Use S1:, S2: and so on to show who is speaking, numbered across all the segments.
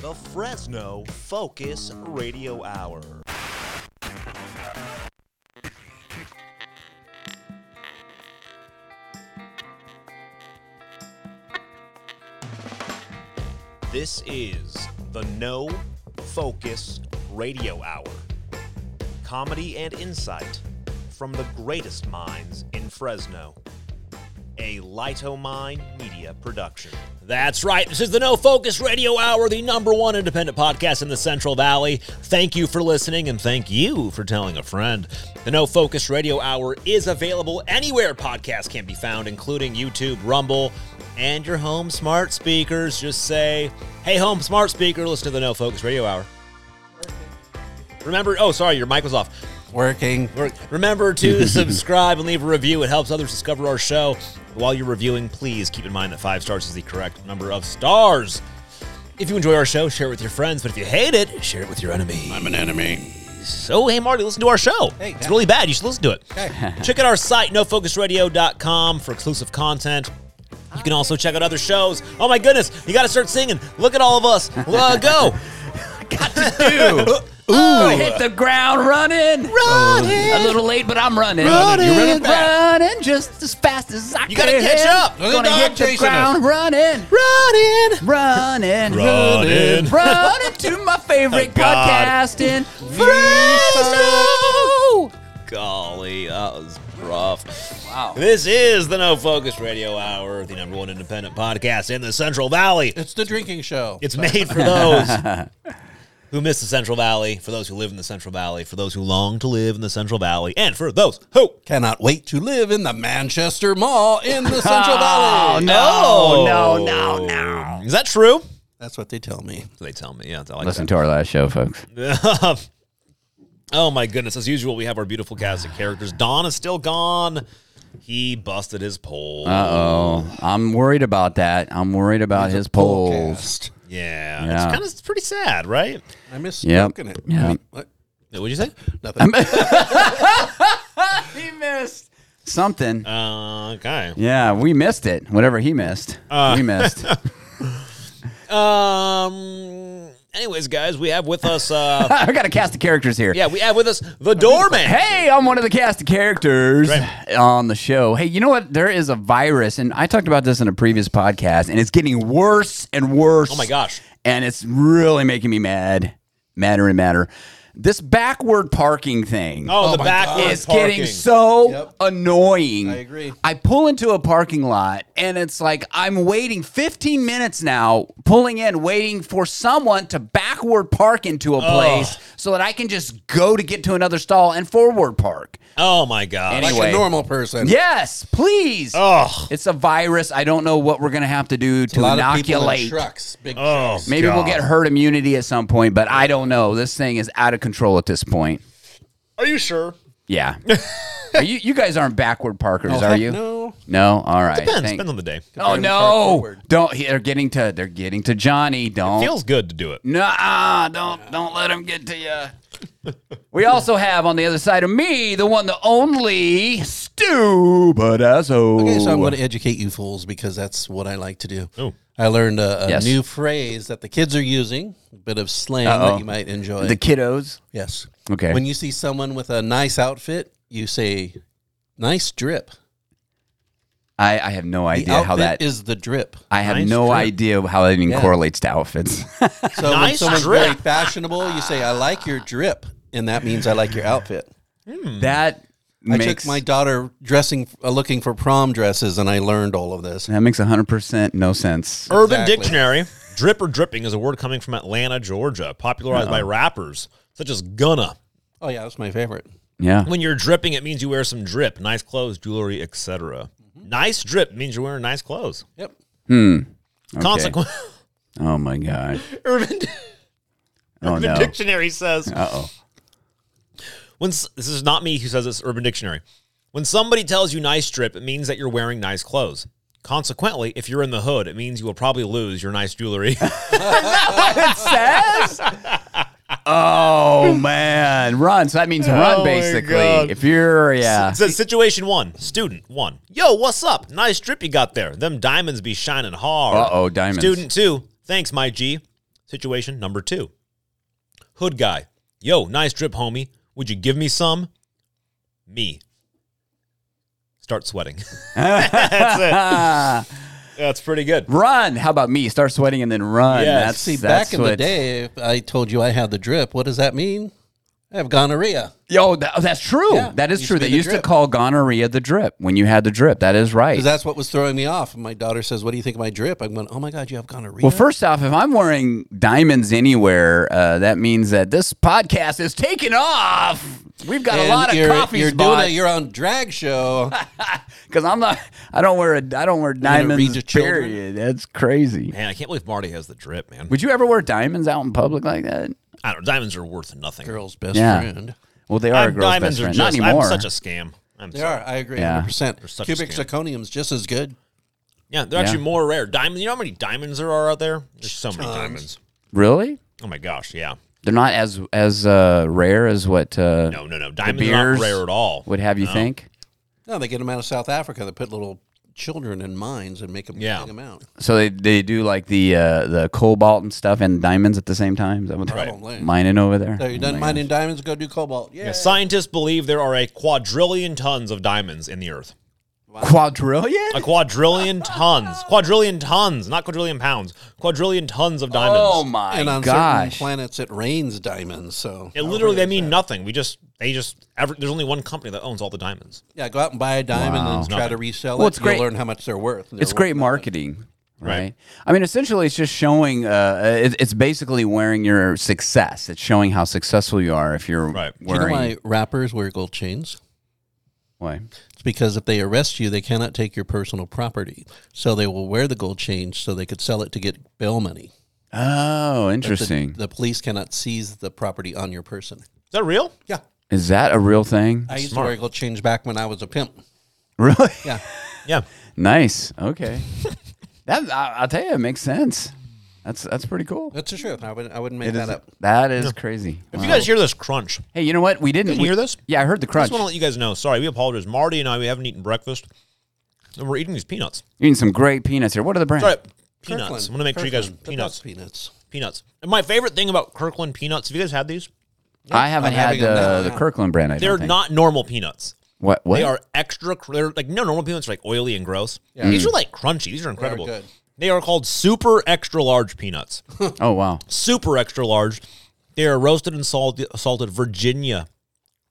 S1: the Fresno Focus Radio Hour. This is the No Focus Radio Hour. Comedy and insight from the greatest minds in Fresno. A Lightomine Media production.
S2: That's right. This is the No Focus Radio Hour, the number one independent podcast in the Central Valley. Thank you for listening and thank you for telling a friend. The No Focus Radio Hour is available anywhere podcasts can be found, including YouTube, Rumble, and your home smart speakers. Just say, hey, home smart speaker, listen to the No Focus Radio Hour. Remember, oh, sorry, your mic was off.
S3: Working.
S2: Re- Remember to subscribe and leave a review. It helps others discover our show. While you're reviewing, please keep in mind that five stars is the correct number of stars. If you enjoy our show, share it with your friends. But if you hate it, share it with your enemy.
S3: I'm an enemy.
S2: So, hey, Marty, listen to our show.
S3: Hey,
S2: it's
S3: yeah.
S2: really bad. You should listen to it. check out our site, nofocusradio.com, for exclusive content. You can also check out other shows. Oh, my goodness. You got to start singing. Look at all of us. Uh, go.
S4: Oh, I hit the ground running. Running. A
S3: Oh,
S4: little late, but I'm running. Running.
S3: You're running fast.
S4: Running just as fast as I
S2: You
S4: can.
S2: gotta catch up.
S3: Look at
S4: Gonna
S3: the dog
S4: hit the
S3: chasing us.
S4: ground running.
S2: Running.
S4: Running.
S2: Running.
S4: Running to my favorite
S2: God.
S4: podcast in
S2: Fresno! Golly, that was rough.
S4: Wow.
S2: This is the No Focus Radio Hour, the number one independent podcast in the Central Valley.
S3: It's the drinking show.
S2: It's made for those who miss the Central Valley, for those who live in the Central Valley, for those who long to live in the Central Valley, and for those who.
S3: Cannot wait to live in the Manchester Mall in the Central Valley.
S4: Oh, No, no, no, no.
S2: Is that true?
S3: That's what they tell me.
S2: They tell me. Yeah, that's all I
S4: Listen to our last show, folks.
S2: oh my goodness! As usual, we have our beautiful cast of characters. Don is still gone. He busted his pole.
S4: Uh oh. I'm worried about that. I'm worried about his polls.
S3: Podcast.
S2: Yeah, it's
S4: Yeah.
S2: kind of it's pretty sad, right?
S3: I miss
S4: Yep.
S3: smoking it.
S4: Yeah.
S3: Wait, what?
S2: What'd you say?
S3: Nothing.
S4: He missed something.
S2: Uh, okay.
S4: Yeah, we missed it. Whatever he missed,
S2: Uh.
S4: we missed.
S2: Um. Anyways, guys, we have with us. Uh,
S4: I got a cast of characters here.
S2: yeah, we have with us the doorman.
S4: Hey, I'm one of the cast of characters
S2: Right.
S4: on the show. Hey, you know what? There is a virus, and I talked about this in a previous podcast, and it's getting worse and worse.
S2: Oh my gosh.
S4: And it's really making me mad, madder and madder. This backward parking thing.
S2: Oh, the
S3: my
S2: back
S3: God.
S2: is
S4: It's
S2: parking.
S4: getting so
S3: Yep.
S4: annoying.
S3: I agree.
S4: I pull into a parking lot and it's like I'm waiting 15 minutes now, pulling in, waiting for someone to backward park into a place so that I can just go to get to another stall and forward park.
S2: oh my god.
S3: like
S4: Anyway.
S3: a normal person.
S4: Yes, please.
S2: oh.
S4: It's a virus. I don't know what we're going to have to do
S3: A
S4: to
S3: lot of people in
S4: inoculate.
S3: trucks. Big
S2: Oh.
S3: trucks.
S4: Maybe we'll
S2: God.
S4: get herd immunity at some point, but I don't know. This thing is out of control at this point.
S2: Are you sure?
S4: Yeah. Are you, you guys aren't backward parkers,
S3: Oh,
S4: are
S3: heck
S4: you?
S3: No.
S4: No, all right.
S2: Depends.
S4: Thank-
S2: Depends on the day.
S4: oh
S3: They park
S4: no!
S3: forward.
S4: Don't. They're getting to. They're getting to Johnny. Don't.
S2: Feels good to do it.
S4: Nuh-uh, don't don't let him get to you. we also have on the other side of me the one, the only stupid asshole.
S3: Okay, so I'm going to educate you fools because that's what I like to
S4: Mm.
S3: do.
S2: Oh.
S3: I learned a, a
S4: Yes.
S3: new phrase that the kids are using, a bit of slang
S4: Uh-oh.
S3: that you might enjoy.
S4: the kiddos.
S3: yes.
S4: Okay.
S3: When you see someone with a nice outfit, you say, nice drip.
S4: I, I have no
S3: The
S4: idea
S3: outfit
S4: how that.
S3: is the drip.
S4: I have
S2: nice
S4: no
S2: trip.
S4: idea how that even
S3: Yeah.
S4: correlates to outfits.
S3: So when
S2: Nice
S3: someone's
S2: drip.
S3: very fashionable, you say, I like your drip. And that means I like your outfit.
S4: Hmm. that
S3: I
S4: makes
S3: took my daughter dressing, uh, looking for prom dresses, and I learned all of this.
S4: that makes hundred percent no sense.
S2: Urban
S3: Exactly.
S2: Dictionary. Drip or dripping is a word coming from Atlanta, Georgia, popularized by rappers such as Gunna.
S3: Oh, yeah, that's my favorite.
S4: Yeah.
S2: When you're dripping, it means you wear some drip, nice clothes, jewelry, etc. Nice drip means you're wearing nice clothes.
S3: Yep.
S2: Consequently,
S4: Oh my god.
S2: Urban,
S4: Oh
S2: Urban
S4: no.
S2: Dictionary says
S4: Uh oh.
S2: when s- this is not me who says this. Urban Dictionary. When somebody tells you nice drip, it means that you're wearing nice clothes. Consequently, if you're in the hood, it means you will probably lose your nice jewelry.
S4: it says? Oh man, run! So that
S3: Oh
S4: means
S2: my
S4: run basically.
S2: God.
S4: If you're yeah,
S2: It says situation one, student one. Yo, what's up? Nice drip you got there. Them diamonds be shining hard.
S4: Uh-oh, diamonds.
S2: Student two, thanks, my G. Situation number two Hood guy, yo, nice drip, homie. Would you give me some? Me. Start sweating. That's it.
S4: Ah,
S2: That's pretty good.
S4: run. How about me? Start sweating and then run.
S2: Yes.
S4: That's,
S3: See,
S4: that's
S3: back in the
S4: what-
S3: day, if I told you I had the drip. What does that mean? I have gonorrhea.
S4: Yo, that, oh, that's true.
S3: Yeah,
S4: that is
S3: used
S4: true.
S3: to be
S4: They
S3: the
S4: used
S3: drip.
S4: to call gonorrhea the drip when you had the drip. That is right.
S3: Because that's what was throwing me off. And my daughter says, What do you think of my drip? I'm going, Oh my God, you have gonorrhea.
S4: well, first off, if I'm wearing diamonds anywhere, uh, that means that this podcast is taking off. We've got
S3: And
S4: a lot of
S3: you're,
S4: coffee
S3: you're doing
S4: spots
S3: a, you're on drag show.
S4: because I'm not. I don't wear a. I don't wear
S3: read
S4: diamonds.
S3: to children?
S4: Period. That's crazy.
S2: Man, I can't believe Marty has the drip, man.
S4: Would you ever wear diamonds out in public like that?
S2: I don't know. Diamonds are worth nothing.
S3: Girl's best
S4: Yeah.
S3: friend.
S4: Well, they are a
S2: I'm-
S4: girl's
S2: diamonds
S4: best
S2: are
S4: friend.
S2: just,
S4: Not anymore.
S2: I'm such a scam. I'm
S3: They
S2: sorry.
S3: are. I agree
S4: Yeah.
S3: 100%.
S2: such a
S3: Cubic
S2: scam.
S3: zirconium's just as good.
S2: Yeah, they're actually more rare. Diamonds. You know how many diamonds there are out there? There's so many diamonds.
S4: really?
S2: Oh my gosh, yeah.
S4: They're not as as uh, rare as what uh,
S2: No, no, no. Diamonds are
S4: beers
S2: not rare at all.
S4: would have you think.
S3: No, they get them out of South Africa. They put little children in mines and make them
S2: Yeah.
S3: them out.
S4: So they, they do like the uh, the cobalt and stuff and diamonds at the same time. Is that what they're
S3: Probably.
S4: mining over there?
S3: So you're done mining diamonds, go do cobalt. Yeah.
S2: Yeah, scientists believe there are a quadrillion tons of diamonds in the earth.
S4: Quadrillion?
S2: A quadrillion tons. Quadrillion tons, not quadrillion pounds. Quadrillion tons of diamonds.
S4: Oh my
S3: and on
S4: gosh!
S3: certain planets, it rains diamonds. So
S2: It literally, they mean nothing. We just, they just, ever, there's only one company that owns all the diamonds.
S3: yeah, go out and buy a diamond and try to
S2: Nothing.
S3: resell
S4: Well,
S3: it.
S4: it's great-
S3: You'll learn how much they're worth. They're
S4: it's great
S3: worth-
S4: marketing, right?
S2: Right.
S4: I mean, essentially, it's just showing. Uh, it, it's basically wearing your success. It's showing how successful you are if you're
S2: Right.
S3: Do you know
S4: wearing.
S3: why rappers wear gold chains?
S4: Why?
S3: It's because if they arrest you, they cannot take your personal property. So they will wear the gold chain so they could sell it to get bail money.
S4: Oh,
S3: The-
S4: interesting.
S3: The, police cannot seize the property on your person.
S2: Is that real?
S3: Yeah.
S4: Is that a real thing?
S3: I used to wear gold chains back when I was a pimp.
S4: Really?
S3: Yeah.
S2: Yeah.
S4: nice. Okay. that I, I'll tell you, it makes sense. That's that's pretty cool.
S3: That's the truth. I wouldn't, I wouldn't make
S4: It
S3: that
S4: is-
S3: up.
S4: that is crazy.
S2: If
S4: Wow.
S2: you guys hear this crunch,
S4: Hey, you know what? We didn't
S2: Didn't
S4: we-
S2: hear this?
S4: Yeah, I heard the
S2: I
S4: crunch.
S2: just want to let you guys know. Sorry, we apologize. Marty and I, we haven't eaten breakfast, and we're eating these peanuts.
S4: You're eating some great peanuts here. What are the brands?
S2: All right,
S3: Kirkland,
S2: peanuts. I'm gonna make sure you
S3: Kirkland,
S2: guys
S3: the
S2: peanuts,
S3: best peanuts.
S2: peanuts. And my favorite thing about Kirkland peanuts, have you guys had these?
S4: I haven't
S3: I'm
S4: had
S3: having them
S4: the,
S3: now,
S4: the
S3: yeah.
S4: Kirkland brand. I
S2: They're
S4: don't think.
S2: not normal peanuts.
S4: What? What?
S2: They are extra. cr- They're like no normal peanuts are like oily and gross.
S4: Mm.
S2: These are like crunchy. These are incredible.
S3: good.
S2: They are called super extra large peanuts.
S4: Oh wow.
S2: super extra large. They are roasted and salted, salted Virginia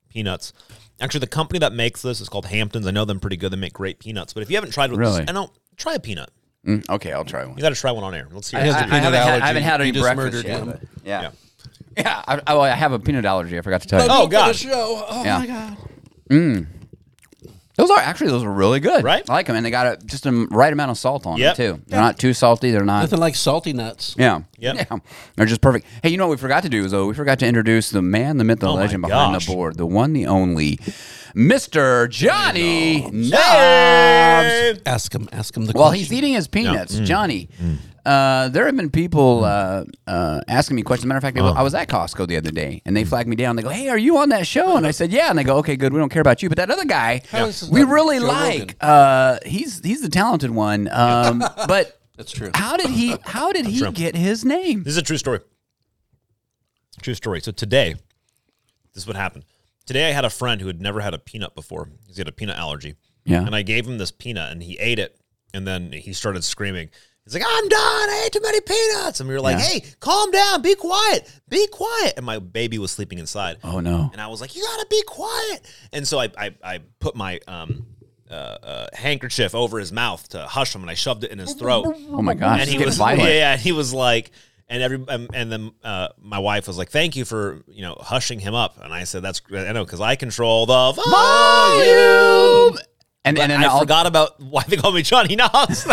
S2: peanuts. Actually, the company that makes this is called Hamptons. I know them pretty good. They make great peanuts. But if you haven't tried one,
S4: Really?
S2: I don't try a peanut.
S4: Mm, okay, I'll try one.
S2: You got to try one on air. Let's see.
S4: I, I- I
S3: a peanut
S4: haven't, had, I
S3: allergy.
S4: haven't had
S3: You
S4: any
S3: just
S4: breakfast
S3: murdered
S4: yet.
S3: him.
S4: but- Yeah. Yeah. I, I, oh, I have a peanut allergy. I forgot to tell you.
S2: Oh,
S3: Look at the
S2: gosh.
S3: show. Oh,
S4: Yeah.
S3: my God.
S4: Those are actually those are really good.
S2: Right?
S4: I like them, and they got a, just a right amount of salt on
S2: Yep.
S4: them too. They're not too salty. They're not.
S3: Nothing like salty nuts.
S4: Yeah.
S2: Yep.
S4: Yeah. They're just perfect. Hey, you know what we forgot to do is though we forgot to introduce the man, the myth,
S3: Oh
S4: the
S2: my
S4: legend behind
S2: gosh.
S4: the board, the one, the only, Mr. Johnny Knobs.
S3: Ask him. Ask him the
S4: While
S3: question.
S4: he's eating his peanuts,
S3: Mm.
S4: Johnny, uh, there have been people uh, uh, asking me questions. Matter of fact, they-
S3: Uh.
S4: I was at Costco the other day, and they
S3: Mm.
S4: flagged me down. They go, "Hey, are you on that show?" And I said, "Yeah." And they go, "Okay, good. We don't care about you, but that other guy,
S3: How is this
S4: we
S3: not
S4: really
S3: Joe
S4: like. Uh, he's he's the talented one, um, but."
S3: That's true.
S4: How did he? How did he get his name?
S2: This is a true story. True story. So today, this is what happened. Today I had a friend who had never had a peanut before. He had a peanut allergy.
S4: Yeah.
S2: And I gave him this peanut and he ate it. And then he started screaming. He's like, I'm done. I ate too many peanuts. And we were like, hey, calm down. Be quiet. Be quiet. And my baby was sleeping inside.
S4: Oh no.
S2: And I was like, you gotta be quiet. And so I, I, I put my um, uh, uh, handkerchief over his mouth to hush him and I shoved it in his throat.
S4: Oh my gosh.
S2: and he
S4: Get
S2: was
S4: violent.
S2: yeah, yeah, and he was like, and every um, and then uh, my wife was like, "Thank you for you know hushing him up," and I said, "That's gr- I know because I control the volume."
S4: And, and, and
S2: I
S4: all-
S2: forgot about why they call me Johnny Knobs.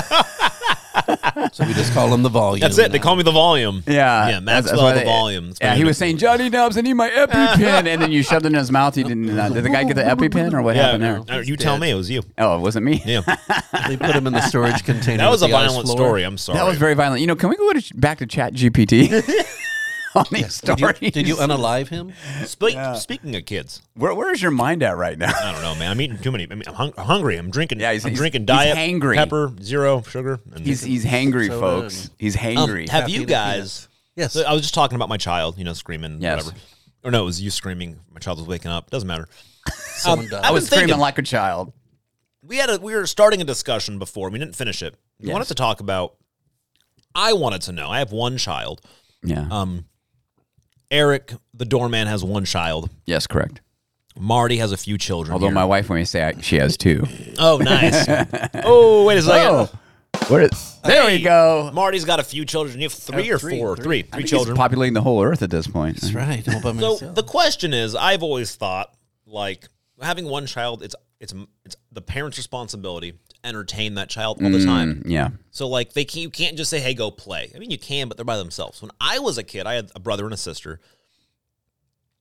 S3: So we just call him the volume.
S2: That's it. They call me the volume.
S4: Yeah.
S2: yeah.
S4: That's- that's
S2: Maxwell
S4: why
S2: the
S4: they-
S2: volume. That's
S4: Yeah,
S2: my
S4: he
S2: name.
S4: was saying Johnny Dubs, I need my EpiPen, and then you shoved it in his mouth. You didn't. Uh, did the guy get the EpiPen or what
S2: Yeah,
S4: happened there?
S2: uh, you tell me it was you.
S4: Oh, it wasn't me.
S2: Yeah,
S3: They put him in the storage container.
S2: that
S3: with
S2: was a
S3: the ice
S2: violent
S3: floor.
S2: story. I'm sorry.
S4: That was very violent. You know, can we go to, back to Chat GPT on these
S3: Did you,
S4: stories?
S3: did you unalive him?
S2: Spe- Speaking of kids,
S4: Where, where is your mind at right now?
S2: I don't know, man. I'm eating too many. I mean, I'm, hung- I'm hungry. I'm drinking.
S4: Yeah, he's-
S2: I'm
S4: he's-
S2: drinking
S4: he's
S2: diet
S4: hangry.
S2: pepper, zero sugar. And
S4: He's he's hangry,
S3: So, um,
S4: folks. He's
S2: Um,
S4: hangry.
S2: have
S3: Happy
S2: you
S3: to
S2: guys
S3: Yes.
S2: So I was just talking about my child, you know, screaming,
S4: Yes.
S2: whatever. Or no, it was you screaming. My child was waking up. Doesn't matter.
S3: Someone died.
S2: I
S4: I
S2: was
S4: was screaming
S2: thinking-
S4: like a child.
S2: we had a we were starting a discussion before we didn't finish it. We
S4: Yes.
S2: wanted to talk about. I wanted to know. I have one child.
S4: Yeah.
S2: Um, Eric, the doorman, has one child.
S4: yes, correct.
S2: Marty has a few children.
S4: Although
S2: here.
S4: my wife, when you say I, she has two.
S2: oh nice. oh wait a second.
S4: Oh, where is, there
S2: Hey,
S4: we go.
S2: Marty's got a few children. You have three
S3: Oh,
S2: or
S3: three,
S2: four, three,
S3: three.
S2: three
S4: I think he's
S2: children.
S4: populating the whole earth at this point.
S3: That's right. All by
S2: So
S3: myself.
S2: the question is, I've always thought like having one child, it's it's it's the parents' responsibility to entertain that child all the time.
S4: Yeah.
S2: So like they can, you can't just say, "Hey, go play." I mean, you can, but they're by themselves. When I was a kid, I had a brother and a sister,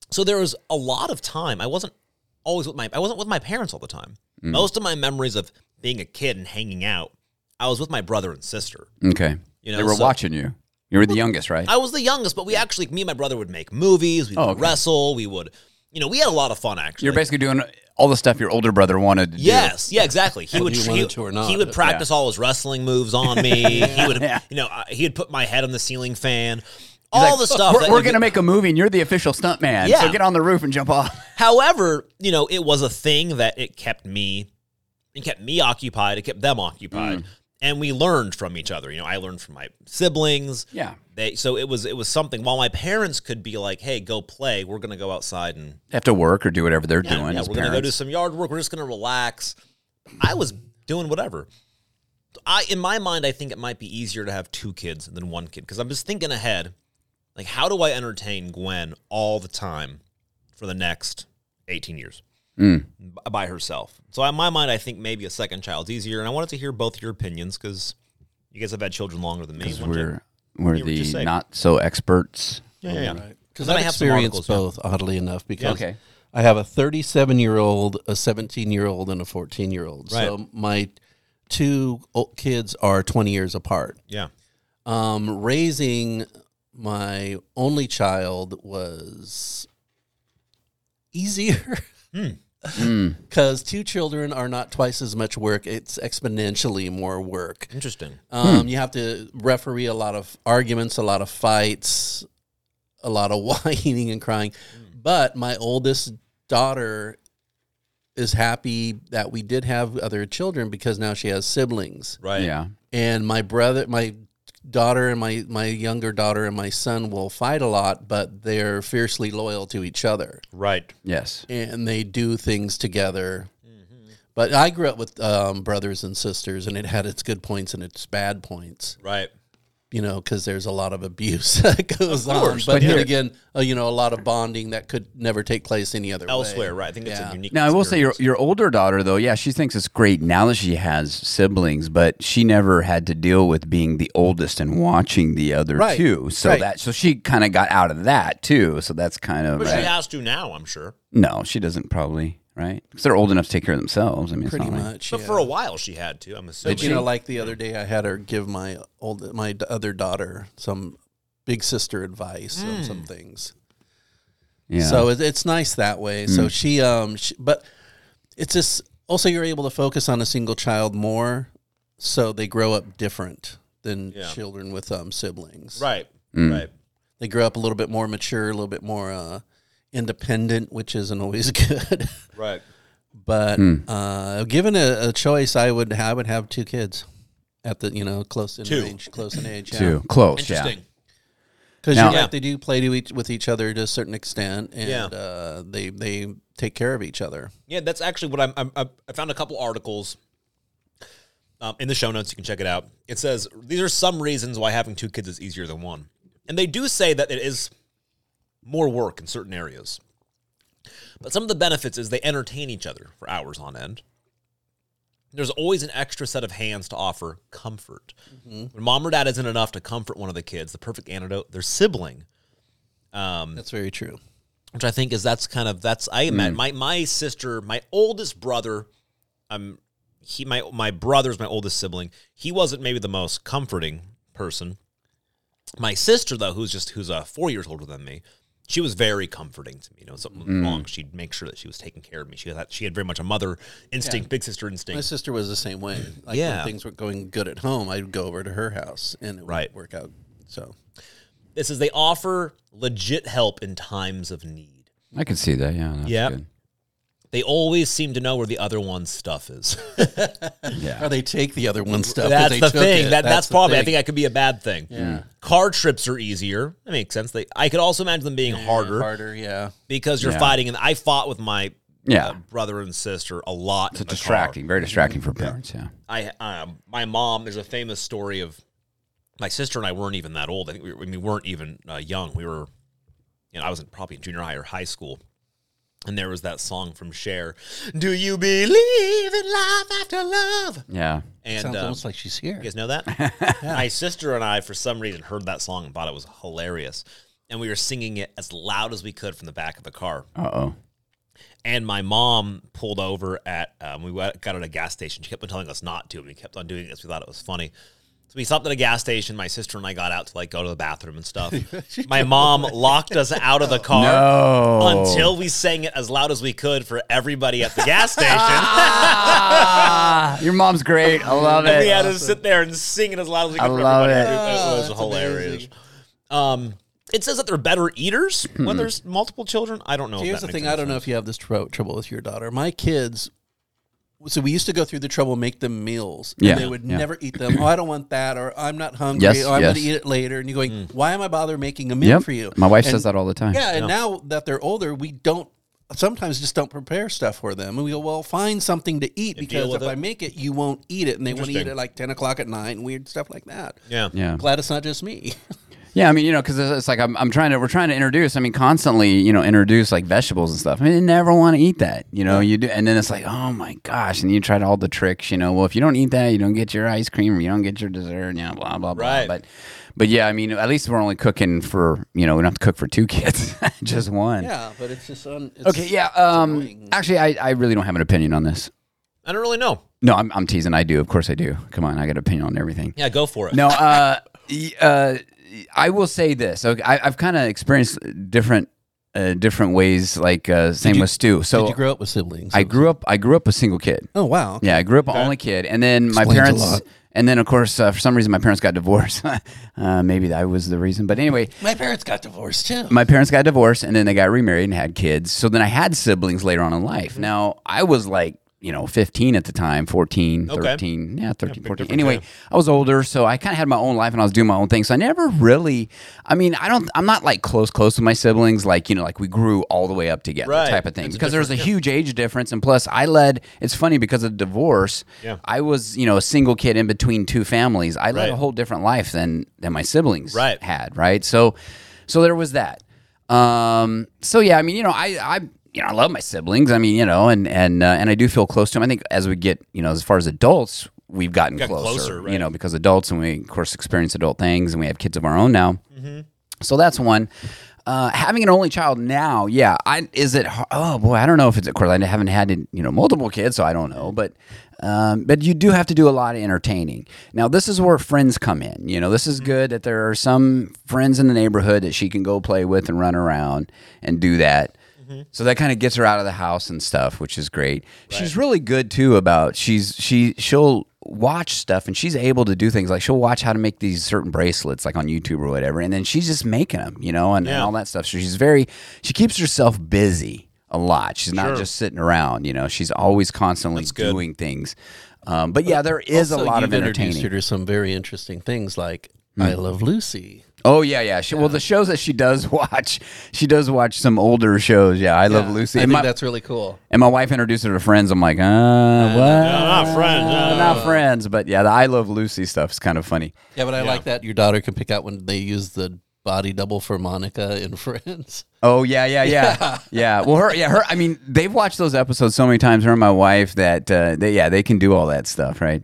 S2: so there was a lot of time. I wasn't always with my I wasn't with my parents all the time.
S4: Mm.
S2: Most of my memories of being a kid and hanging out, I was with my brother and sister.
S4: Okay.
S2: You know,
S4: they were
S2: so-
S4: watching you. You were the youngest, right?
S2: I was the youngest, but we actually, me and my brother would make movies. We would
S4: Oh, okay.
S2: wrestle. We would, you know, we had a lot of fun actually.
S4: You're basically doing all the stuff your older brother wanted to do.
S2: Yes, yeah, exactly. He would
S3: you
S2: he,
S3: wanted to or not.
S2: he would practice all his wrestling moves on me. He would, you know, I- he would put my head on the ceiling fan. All the stuff.
S4: We're,
S2: that-
S4: we're going to make a movie, and you're the official stunt man.
S2: Yeah.
S4: So get on the roof and jump off.
S2: However, you know, it was a thing that it kept me, it kept me occupied. It kept them occupied, and we learned from each other. You know, I learned from my siblings.
S4: Yeah.
S2: They, so it was it was something. While my parents could be like, "Hey, go play. We're gonna go outside and
S4: They have to work or do whatever they're
S2: Yeah,
S4: doing
S2: yeah,
S4: as
S2: we're gonna go do
S4: parents.
S2: some yard work. We're just gonna relax. I was doing whatever. I, in my mind, I think it might be easier to have two kids than one kid because I'm just thinking ahead. Like, how do I entertain Gwen all the time for the next 18 years
S4: Mm.
S2: b- by herself? So, in my mind, I think maybe a second child's easier. And I wanted to hear both your opinions because you guys have had children longer than me. One
S4: we're
S2: gen-
S4: we're
S2: You were just
S4: the
S2: saying.
S4: not so experts.
S2: Yeah, yeah, yeah.
S3: Because
S2: Then
S3: I
S2: I have some
S3: experienced
S2: articles,
S3: both, oddly enough, because
S4: Okay.
S3: I have a 37 year old, a 17 year old, and a 14 year old. So my two o- kids are 20 years apart.
S2: Yeah.
S3: Um, raising my only child was easier
S2: Hmm.
S3: because two children are not twice as much work, it's exponentially more work.
S2: Interesting.
S3: Um, You have to referee a lot of arguments, a lot of fights, a lot of whining and crying. But my oldest daughter is happy that we did have other children because now she has siblings.
S2: Right.
S4: Yeah.
S3: And my brother, my daughter, and my my younger daughter and my son will fight a lot, but they're fiercely loyal to each other
S2: Right.
S4: Yes.
S3: and they do things together. But I grew up with um, brothers and sisters, and it had its good points and its bad points
S2: Right.
S3: you know, because there's a lot of abuse that goes on.
S2: course,
S3: But
S4: yeah.
S3: then again, uh, you know, a lot of bonding that could never take place any other way.
S2: Elsewhere. Right. I think it's
S3: Yeah.
S2: a unique.
S4: Now I will say your
S2: experience.
S4: your older daughter though, yeah, she thinks it's great now that she has siblings, but she never had to deal with being the oldest and watching the other
S3: Right,
S4: two. So
S3: right.
S4: that so she kind of got out of that too. So that's kind of
S2: But
S4: right.
S2: she has to now, I'm sure.
S4: no, she doesn't probably right because they're old enough to take care of themselves. I mean,
S3: Pretty
S4: it's not like-
S3: much.
S2: But
S3: yeah.
S2: for a while, she had to. I'm assuming.
S3: But, you know, like the other day, I had her give my old my d- other daughter some big sister advice
S2: Mm.
S3: on some things.
S4: yeah.
S3: So it, it's nice that way. So she, um, she, but it's just also you're able to focus on a single child more, so they grow up different than
S2: Yeah.
S3: children with um siblings.
S2: right, right.
S3: they grow up a little bit more mature, a little bit more uh, independent, which isn't always good.
S2: Right.
S3: but uh, given a, a choice, I would I would have two kids at the you know close in
S2: Two.
S3: age, close in age, yeah.
S4: too close. Yeah.
S2: Interesting.
S3: Because
S4: Now-
S3: you're right, they do play to each with each other to a certain extent, and
S2: Yeah.
S3: uh, they they take care of each other.
S2: Yeah, that's actually what I'm. I'm I I found a couple articles um, in the show notes. You can check it out. It says these are some reasons why having two kids is easier than one, and they do say that it is more work in certain areas. But some of the benefits is they entertain each other for hours on end. There's always an extra set of hands to offer comfort. When mom or dad isn't enough to comfort one of the kids, the perfect antidote, their sibling.
S3: That's very true.
S2: which I think is that's kind of that's I met my my sister, my oldest brother, um, he my my brother's my oldest sibling. He wasn't maybe the most comforting person. My sister though, who's just who's uh, four years older than me, she was very comforting to me. You know, something was wrong, she'd make sure that she was taking care of me. She had she had very much a mother instinct, big sister
S3: My
S2: instinct.
S3: sister was the same way. Like
S2: Yeah.
S3: when things were going good at home, I'd go over to her house and it would
S2: Right.
S3: work out. So
S2: This is they offer legit help in times of need.
S4: I can see that. Yeah. That's
S2: Yeah.
S4: good.
S2: They always seem to know where the other one's stuff is.
S4: Yeah.
S3: Or they take the other one stuff. 'cause
S2: that's
S3: they
S2: the
S3: took
S2: thing.
S3: it.
S2: That, that's
S3: the
S2: probably. I
S3: thing.
S2: think that could be a bad thing.
S4: Mm.
S2: Car trips are easier. That makes sense. They, I could also imagine them being harder
S3: harder. Yeah,
S2: because you're
S4: Yeah.
S2: fighting. And I fought with my
S4: Yeah.
S2: uh, brother and sister a lot.
S4: So
S2: in the car.
S4: distracting, very distracting for parents. Yeah.
S2: I um, my mom. There's a famous story of my sister and I weren't even that old. I think we, were, we weren't even uh, young. We were, you know, I was in probably in junior high or high school, and there was that song from Cher, "Do you believe in life after love?"
S4: Yeah.
S2: And
S3: sounds
S2: um,
S3: almost like she's here.
S2: you guys know that? My sister and I, for some reason, heard that song and thought it was hilarious. And we were singing it as loud as we could from the back of the car.
S4: Uh oh.
S2: And my mom pulled over at, um, we went- got at a gas station. She kept on telling us not to, and we kept on doing it because we thought it was funny. So we stopped at a gas station. My sister and I got out to like go to the bathroom and stuff. my mom locked us out of the car
S4: No.
S2: until we sang it as loud as we could for everybody at the gas station.
S4: Ah, your mom's great. I love
S2: and we
S4: it.
S2: had to sit there and sing it as loud as we could.
S4: I
S2: for
S4: love
S2: everybody.
S4: it.
S2: It was hilarious. Oh, Um, it says that they're better eaters
S4: Hmm.
S2: when there's multiple children. I don't know. if
S3: Here's
S2: that
S3: the
S2: makes
S3: thing:
S2: any
S3: I don't know
S2: sense.
S3: if you have this tro- trouble with your daughter. My kids, so we used to go through the trouble make them meals. and
S4: Yeah,
S3: they would
S4: yeah.
S3: never eat them. Oh, I don't want that, or I'm not hungry,
S4: Yes,
S3: or I'm going to
S4: yes.
S3: eat it later. And you're going,
S2: Mm.
S3: why am I bother making a meal
S4: Yep.
S3: for you?
S4: My wife
S3: And-
S4: says that all the time.
S3: Yeah, and now that they're older, we don't sometimes just don't prepare stuff for them, and we go, well, find something to eat because
S2: deal
S3: if
S2: with
S3: I
S2: it.
S3: make it, you won't eat it, and they want to eat
S2: Interesting.
S3: it like ten o'clock at night and weird stuff like that.
S2: Yeah.
S4: Yeah.
S3: Glad it's not just me.
S4: Yeah, I mean, you know, because it's like I'm, I'm trying to, we're trying to introduce. I mean, constantly, you know, introduce like vegetables and stuff. I mean, they never want to eat that. You know, you do, and then it's like, oh my gosh, and you tried all the tricks. You know, well, if you don't eat that, you don't get your ice cream, you don't get your dessert. You know, blah blah blah.
S2: Right.
S4: But, but yeah, I mean, at least we're only cooking for, you know, we don't have to cook for two kids, just one.
S3: yeah, but it's just un- it's
S4: Okay. Yeah. Um.
S3: annoying.
S4: Actually, I, I really don't have an opinion on this.
S2: I don't really know.
S4: No, I'm, I'm teasing. I do. Of course, I do. Come on, I got an opinion on everything.
S2: Yeah, go for it.
S4: No, uh, y- uh, I will say this. Okay, I, I've kind of experienced different uh, different ways. Like uh, same with Stu. So
S3: Did you grow up with siblings?
S4: I grew up. I grew up a single kid.
S3: oh wow.
S4: Yeah, I grew up only kid, and then my
S3: Explains a
S4: parents.
S3: lot.
S4: And then, of course, uh, for some reason, my parents got divorced. uh, maybe that was the reason. But anyway,
S3: My parents got divorced too.
S4: my parents got divorced and then they got remarried and had kids. So then I had siblings later on in life. Now, I was like, you know, 15 at the time, 14,
S2: Okay.
S4: 13, yeah, 13, 14. Anyway, I was older, so I kind of had my own life and I was doing my own thing. So I never really, I mean, I don't, I'm not like close, close with my siblings, like, you know, like we grew all the way up together
S2: Right.
S4: type of thing.
S2: It's a
S4: because there's a huge age difference. And plus, I led, it's funny because of divorce,
S2: Yeah.
S4: I was, you know, a single kid in between two families. I led
S2: Right.
S4: a whole different life than, than my siblings
S2: Right.
S4: had, right? So, so there was that. Um, so yeah, I mean, you know, I, I, you know, I love my siblings. I mean, you know, and and uh, and I do feel close to them. I think as we get, you know, as far as adults, we've gotten
S2: Got
S4: closer.
S2: closer, right.
S4: You know, because adults and we of course experience adult things, and we have kids of our own now.
S2: Mm-hmm.
S4: So that's one. Uh, having an only child now, yeah, I is it? har- Oh boy, I don't know if it's. Of course, I haven't had you know multiple kids, so I don't know. But um, but you do have to do a lot of entertaining. Now this is where friends come in. You know, this
S2: Mm-hmm.
S4: is good that there are some friends in the neighborhood that she can go play with and run around and do that. Mm-hmm. So that kind of gets her out of the house and stuff, which is great. She's really good too about she's she she'll watch stuff and she's able to do things like she'll watch how to make these certain bracelets like on YouTube or whatever, and then she's just making them, you know, and, and all that stuff. So she's very she keeps herself busy a lot. She's not just sitting around, you know. She's always constantly
S2: good.
S4: doing things. Um, but yeah, there is
S3: Also,
S4: a lot of
S3: you've introduced
S4: entertaining. Hmm.
S3: her to some very interesting things like I Love Lucy.
S4: Oh yeah, yeah. She, Well, the shows that she does watch, she does watch some older shows. Yeah, I love Lucy.
S3: I
S4: And
S3: think
S4: my-
S3: that's really cool.
S4: And my wife introduced her to friends. I'm like, uh, what?
S2: No, not Ah, friends.
S4: Uh,
S2: No, no,
S4: not friends, but yeah, the I Love Lucy stuff is kind of funny.
S3: Yeah, but I like that your daughter can pick out when they use the body double for Monica in Friends.
S4: Oh yeah, yeah, yeah, yeah. Well, her, yeah, her. I mean, they've watched those episodes so many times. Her and my wife that, uh, they, yeah, they can do all that stuff, right?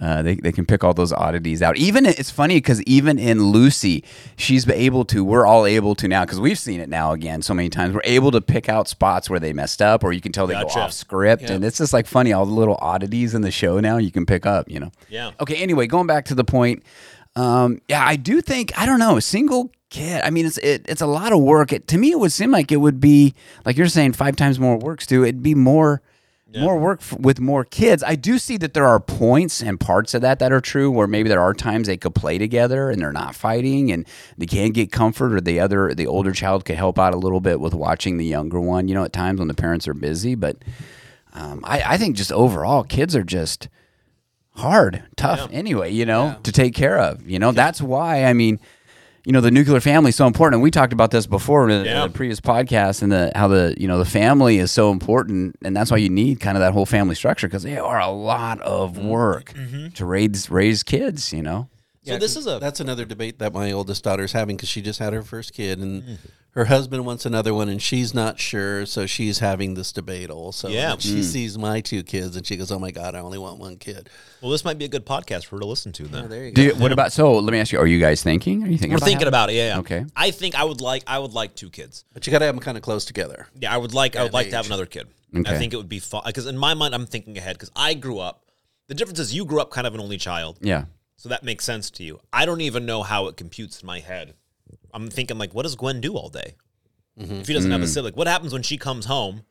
S4: Uh, they, they can pick all those oddities out. Even it's funny because even in Lucy, she's been able to. We're all able to now because we've seen it now again so many times. We're able to pick out spots where they messed up, or you can tell they
S2: Gotcha.
S4: go off script, and it's just like funny all the little oddities in the show now you can pick up. You know.
S2: Yeah.
S4: Okay. Anyway, going back to the point. Um, yeah, I do think I don't know a single kid. I mean, it's it, it's a lot of work. It, to me, it would seem like it would be like you're saying five times more work, Stu. It'd be more. more work f with more kids. I do see that there are points and parts of that that are true where maybe there are times they could play together and they're not fighting and they can get comfort or the other the older child could help out a little bit with watching the younger one, you know, at times when the parents are busy, but um, I, I think just overall kids are just hard, tough anyway, you know, to take care of. You know, that's why I mean, you know, the nuclear family is so important. And we talked about this before in the-
S2: Yeah.
S4: the previous podcast and the how the you know the family is so important and that's why you need kind of that whole family structure because they are a lot of
S2: Mm-hmm.
S4: work to raise raise kids, you know.
S2: So this is a
S3: That's another debate that my oldest daughter's having because she just had her first kid and her husband wants another one and she's not sure, so she's having this debate also.
S2: Yeah.
S3: Like,
S4: Hmm.
S3: she sees my two kids and she goes, "Oh my god, I only want one kid."
S2: well. This might be a good podcast for her to listen to. Then
S3: There you
S4: Do
S3: go.
S4: you, what about so let me ask you, are you guys thinking? Are you thinking
S2: we're
S4: about
S2: thinking
S4: having-
S2: about it. Yeah, yeah.
S4: Okay.
S2: I think I would like I would like two kids.
S3: But you got to have them kind of close together.
S2: Yeah, I would like I would like to have another kid. I
S4: Okay.
S2: think it would be fun because in my mind I'm thinking ahead because I grew up. The difference is you grew up kind of an only child,
S4: Yeah.
S2: so that makes sense to you. I don't even know how it computes in my head. I'm thinking like, what does Gwen do all day if she doesn't have a sibling? What happens when she comes home?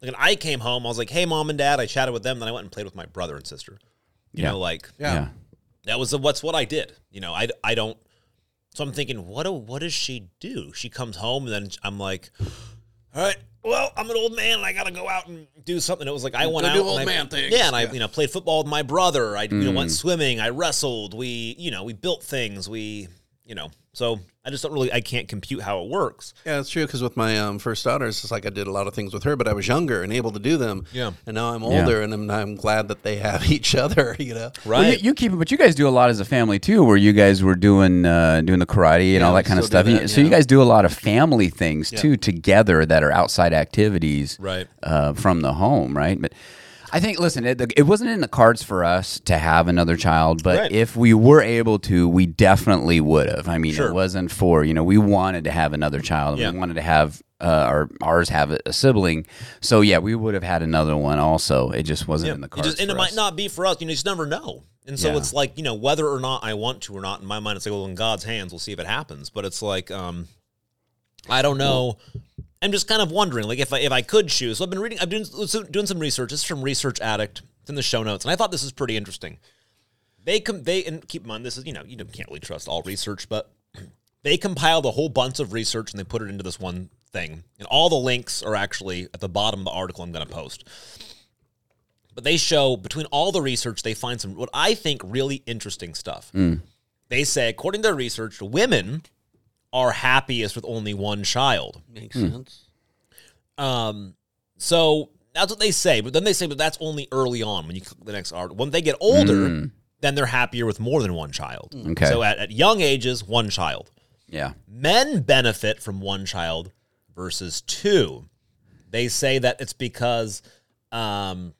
S2: Like, when I came home, I was like, hey, mom and dad. I chatted with them, then I went and played with my brother and sister. You
S4: Yeah.
S2: know, like
S4: Yeah.
S2: that was the, what's what I did. You know, I, I don't. So I'm thinking, what do, what does she do? She comes home and then I'm like, all right, well, I'm an old man and I gotta go out and do something. It was like I went
S3: Go
S2: out,
S3: do
S2: and
S3: old
S2: I-
S3: man things.
S2: Yeah, and I
S3: Yeah.
S2: you know played football with my brother. I you know, went swimming. I wrestled. We you know we built things. We you know so I just don't really I can't compute how it works.
S3: Yeah, it's true. Because with my um, first daughter, it's just like I did a lot of things with her, but I was younger and able to do them.
S2: Yeah.
S3: And now I'm older, and I'm, I'm glad that they have each other. You know.
S2: Right.
S4: Well, you, you keep it, but you guys do a lot as a family too, where you guys were doing uh, doing the karate and all
S3: we
S4: that kind of
S3: still
S4: stuff.
S3: do
S4: You-
S3: that,
S4: so
S3: yeah.
S4: you guys do a lot of family things too together that are outside activities,
S2: Right.
S4: Uh, from the home, right? But I think, listen, it, it wasn't in the cards for us to have another child, but
S2: Right.
S4: if we were able to, we definitely would have. I mean,
S2: Sure.
S4: it wasn't for you know we wanted to have another child, and
S2: Yeah.
S4: we wanted to have. Uh, our ours have a sibling, so yeah, we would have had another one. Also, it just wasn't in the
S2: It
S4: cards.
S2: just- and
S4: for
S2: it
S4: us.
S2: might not be for us. You know, you just never know. And so
S4: Yeah.
S2: it's like you know whether or not I want to or not. In my mind, it's like well, in God's hands, we'll see if it happens. But it's like um, I don't know. I'm just kind of wondering, like if I if I could choose. So I've been reading. I've been doing, doing some research. This is from Research Addict. It's in the show notes, and I thought this was pretty interesting. They com- they and keep in mind this is you know you don't- can't really trust all research, but they compiled a whole bunch of research and they put it into this one thing. And all the links are actually at the bottom of the article I'm going to post. But they show between all the research, they find some what I think really interesting stuff. They say, according to their research, women are happiest with only one child.
S3: Makes sense.
S2: Um, so that's what they say. But then they say, but that's only early on when you click the next article. When they get older, then they're happier with more than one child.
S4: Okay.
S2: So at, at young ages, one child
S4: yeah,
S2: men benefit from one child versus two. They say that it's because um,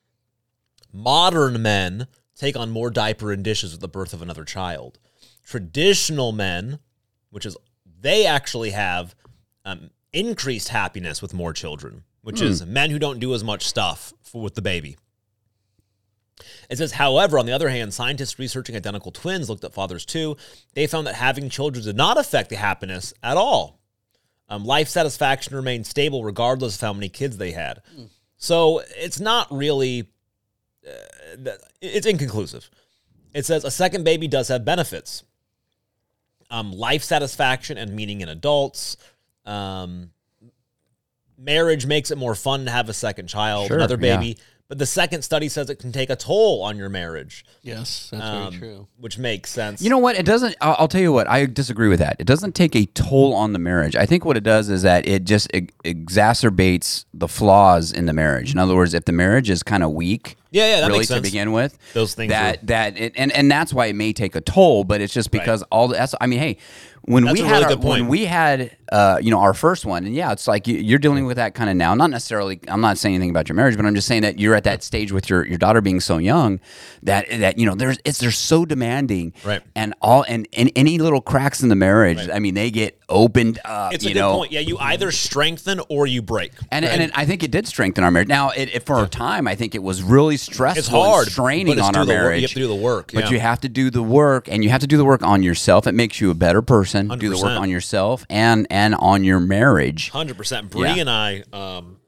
S2: modern men take on more diaper and dishes with the birth of another child. Traditional men, which is they actually have um, increased happiness with more children, which is men who don't do as much stuff for, with the baby. It says, however, on the other hand, scientists researching identical twins looked at fathers too. They found that having children did not affect the happiness at all. Um, life satisfaction remained stable regardless of how many kids they had. So it's not really, uh, th- it's inconclusive. It says a second baby does have benefits um, life satisfaction and meaning in adults. Um, marriage makes it more fun to have a second child,
S4: Sure,
S2: another
S4: yeah.
S2: baby. But the second study says it can take a toll on your marriage,
S3: Yes, that's
S2: um,
S3: very true.
S2: which makes sense.
S4: You know what? It doesn't. I'll, I'll tell you what. I disagree with that. It doesn't take a toll on the marriage. I think what it does is that it just ex- exacerbates the flaws in the marriage. In other words, if the marriage is kind of weak,
S2: Yeah, yeah, that
S4: really
S2: makes
S4: to
S2: sense.
S4: begin with,
S2: Those things
S4: that that it, and and that's why it may take a toll. But it's just because all the, that's. I mean, hey, when
S2: That's
S4: we
S2: a
S4: had
S2: really
S4: our,
S2: good point.
S4: when we had uh, you know our first one, and yeah, it's like you, you're dealing with that kind of now. Not necessarily. I'm not saying anything about your marriage, but I'm just saying that you're at that stage with your your daughter being so young that that you know there's it's they're so demanding,
S2: Right.
S4: And all and, and any little cracks in the marriage, I mean, they get opened up.
S2: it's a
S4: you
S2: good
S4: know,
S2: point. Yeah, you either strengthen or you break.
S4: and, and it, I think it did strengthen our marriage. Now, it, it, for a time, I think it was really stressful,
S2: It's hard,
S4: and straining
S2: but it's
S4: on our
S2: do the wor- you
S4: marriage.
S2: have to do the work,
S4: but
S2: yeah.
S4: you have to do the work, and you have to do the work on yourself. It makes you a better person. Do the work
S2: 100%.
S4: on yourself and and on your marriage.
S2: Hundred percent. Bree
S4: Yeah.
S2: and I, um,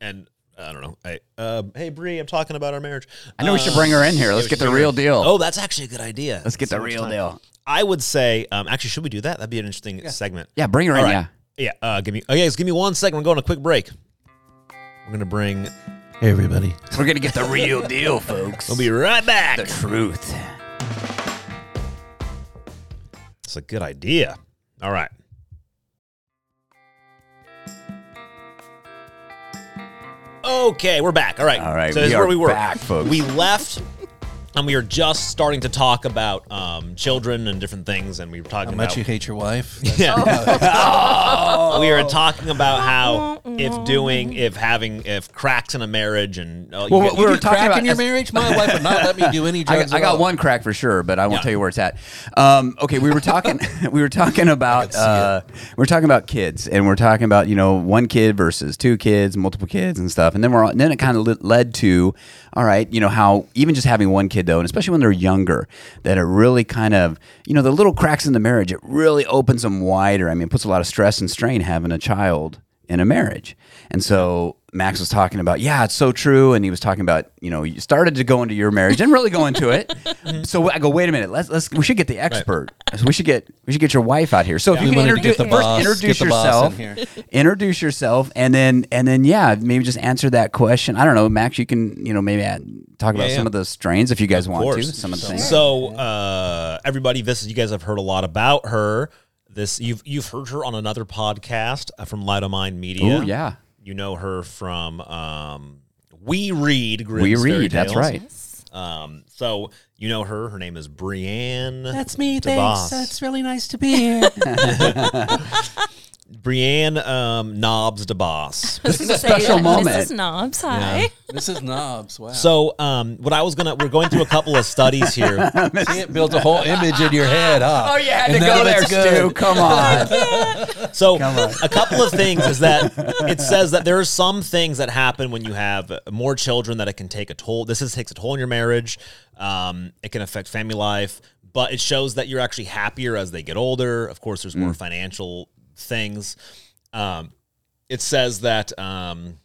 S2: and I don't know. Hey, uh, hey, Bree, I'm talking about our marriage. Uh,
S4: I know we should bring her in here. Let's get the real deal.
S2: Oh, that's actually a good idea.
S4: Let's get
S2: So
S4: the
S2: much
S4: real
S2: time.
S4: deal.
S2: I would say, um, actually, should we do that? That'd be an interesting segment.
S4: Yeah, bring her
S2: All
S4: in.
S2: right.
S4: Yeah.
S2: Yeah. Uh, give me. Oh, yeah. Just give me one second. We're going on a quick break. We're gonna bring.
S3: Hey, everybody.
S4: We're going to get the real deal, folks.
S2: We'll be right back.
S4: the truth.
S2: It's a good idea. All right. Okay, we're back. All right.
S4: All right,
S2: So this
S4: we
S2: is where
S4: are
S2: we were.
S4: back, folks.
S2: We left, and we are just starting to talk about um, children and different things, and we were talking
S3: How
S2: about
S3: much you hate your wife?
S2: yeah. we
S4: Oh.
S2: were talking about how if doing, if having, if cracks in a marriage, and uh, you
S4: Well,
S2: get-
S4: we were
S3: You
S4: talking
S3: crack
S4: about-
S3: in your marriage? My wife would not let me do any
S4: I,
S3: drugs.
S4: I
S3: at
S4: got
S3: all.
S4: one crack for sure, but I won't
S2: Yeah.
S4: tell you where it's at. Um, okay, we were talking. we were talking about. Uh, we're talking about kids, and we're talking about you know one kid versus two kids, multiple kids, and stuff. And then we're all, and then it kind of led to, all right, you know how even just having one kid though, and especially when they're younger, that it really kind of you know the little cracks in the marriage, it really opens them wider. I mean, it puts a lot of stress and strain having a child in a marriage. And so Max was talking about, yeah, it's so true. And he was talking about, you know, you started to go into your marriage, didn't really go into it. so I go, wait a minute, let's let's we should get the expert. So we should get we should get your wife out here. So if you
S3: We
S4: can
S3: wanted to
S4: introduce,
S3: get the
S4: first
S3: boss-
S4: introduce
S3: get the boss
S4: yourself,
S3: in
S4: introduce yourself, and then and then yeah, maybe just answer that question. I don't know, Max. You can you know maybe add, talk about
S2: Yeah,
S4: some
S2: yeah.
S4: of the strains if you guys want to.
S2: course.
S4: Some of the things.
S2: So, uh, everybody, this is you guys have heard a lot about her. This you've you've heard her on another podcast uh, from Light of Mind Media.
S4: Ooh, yeah.
S2: you know her from um, We Read. Grimm's
S4: we
S2: Fairy
S4: read. That's
S2: Tales.
S4: right.
S2: Um, so you know her. Her name is Brienne.
S3: That's me.
S2: DeVos.
S3: Thanks. That's really nice to be here.
S2: Brienne um, Knobs DeBoss.
S4: This is a special moment.
S5: Mrs. Knobs, hi.
S3: this is knobs. Wow. So
S2: so um, what I was gonna, we're going through a couple of studies here.
S3: it builds a whole image in your head, huh?
S4: Oh, you had
S3: And
S4: to
S3: none
S4: go
S3: of
S4: there,
S3: it's good.
S4: Stu. Come on.
S2: So
S4: on.
S2: a couple of things is that it says that there are some things that happen when you have more children that it can take a toll. This is, takes a toll on your marriage. Um, it can affect family life, but it shows that you're actually happier as they get older. Of course, there's more financial things. Um, it says that. Um,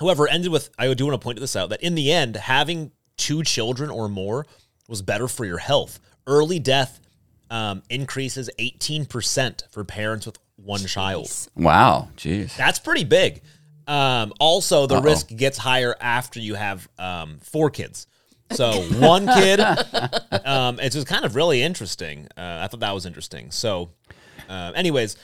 S2: However, it ended with I do want to point this out that in the end, having two children or more was better for your health. Early death um, increases 18% for parents with one child.
S4: Wow. Jeez.
S2: That's pretty big. Um, also, the risk gets higher after you have um, four kids. So one kid, um, it's just kind of really interesting. Uh, I thought that was interesting. So, uh, anyways,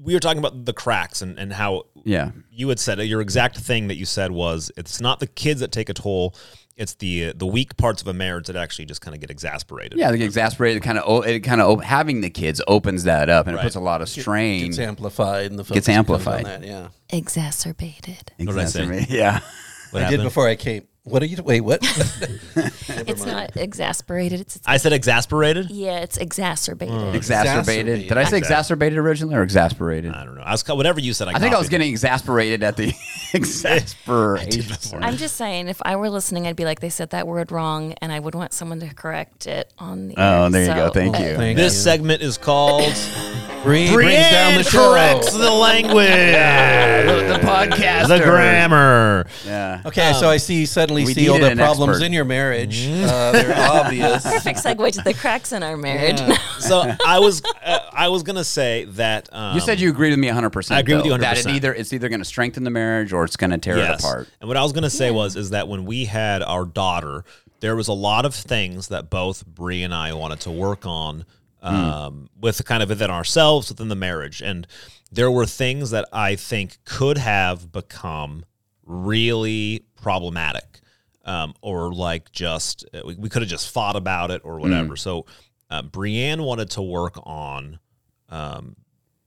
S2: we were talking about the cracks and, and how
S4: Yeah.
S2: you had said your exact thing that you said was it's not the kids that take a toll it's the the weak parts of a marriage that actually just kind of get exasperated
S4: Yeah, they get exasperated. Kind of, it kind of having the kids opens that up, and it puts a lot of strain.
S3: It's amplified, and the focus
S4: Gets
S3: becomes
S4: amplified.
S3: on that, yeah.
S5: Exacerbated.
S4: Exacerbate-
S2: did I say?
S4: Yeah,
S2: What
S3: I did
S2: happened?
S3: before I came. What are you? Wait, what?
S5: It's not exasperated. It's,
S2: i said exasperated
S5: yeah, it's exacerbated.
S4: Mm. exacerbated. Did I say exacerbated originally or exasperated?
S2: i don't know i was ca- whatever you said i,
S4: I think I was
S2: copied.
S4: getting exasperated at the exasperation.
S5: I'm just saying, if I were listening, I'd be like, they said that word wrong, and I would want someone to correct it on the.
S4: Oh,
S5: air.
S4: there you go.
S5: So- uh,
S4: Thank you.
S3: Thank
S2: this segment is called
S3: you. Bree brings down
S2: Brienne
S3: the show.
S2: corrects the language
S4: the podcast.
S2: the grammar
S4: Yeah.
S3: Okay, so I see. Suddenly,
S4: Um, we
S3: see all
S4: needed
S3: the
S4: an
S3: problems
S4: expert. Mm-hmm.
S3: in your marriage. Uh, they're obvious.
S5: Perfect segue to the cracks in our marriage.
S2: so i was uh, i was gonna say that um,
S4: You said you agreed with me 100. percent
S2: I agree with you
S4: That it
S2: 100%.
S4: either it's either going to strengthen the marriage or it's going to tear it apart.
S2: And what I was going to say was is that when we had our daughter, there was a lot of things that both Bree and I wanted to work on
S4: Hmm.
S2: um, with kind of within ourselves, within the marriage. And there were things that I think could have become really problematic um, or like just uh, we, we could have just fought about it or
S4: Hmm.
S2: whatever. So uh, Brienne wanted to work on um,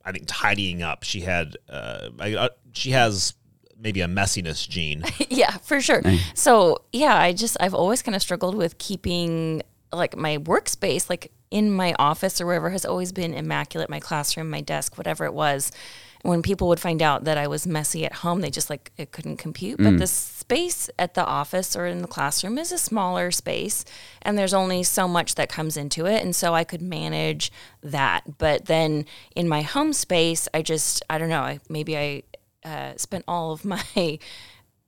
S2: I think tidying up. She had uh, I, uh, she has maybe a messiness gene.
S5: yeah, for sure. So yeah, I just I've always kind of struggled with keeping like my workspace, like in my office or wherever, has always been immaculate. My classroom, my desk, whatever it was. When people would find out that I was messy at home, they just like it couldn't compute. But the space at the office or in the classroom is a smaller space, and there's only so much that comes into it, and so I could manage that. But then in my home space, I just I don't know. I, maybe I uh, spent all of my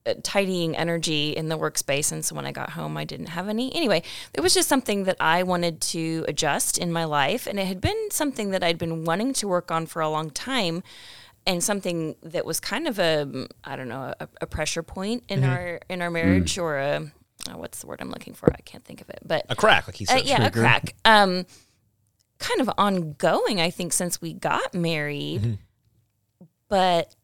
S5: uh, tidying energy in the workspace. And so when I got home, I didn't have any. Anyway, it was just something that I wanted to adjust in my life. And it had been something that I'd been wanting to work on for a long time and something that was kind of a, mm, I don't know, a, a pressure point in our, in our marriage or a, oh, what's the word I'm looking for? I can't think of it, but
S2: A crack, like he
S5: uh,
S2: said.
S5: yeah, a crack. Um, kind of ongoing, I think, since we got married. But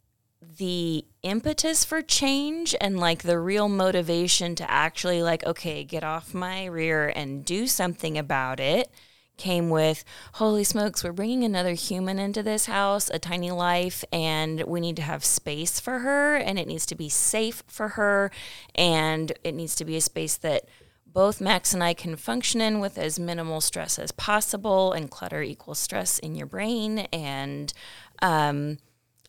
S5: the impetus for change and like the real motivation to actually like, okay, get off my rear and do something about it came with holy smokes we're bringing another human into this house a tiny life and we need to have space for her and it needs to be safe for her and it needs to be a space that both Max and I can function in with as minimal stress as possible and clutter equals stress in your brain and um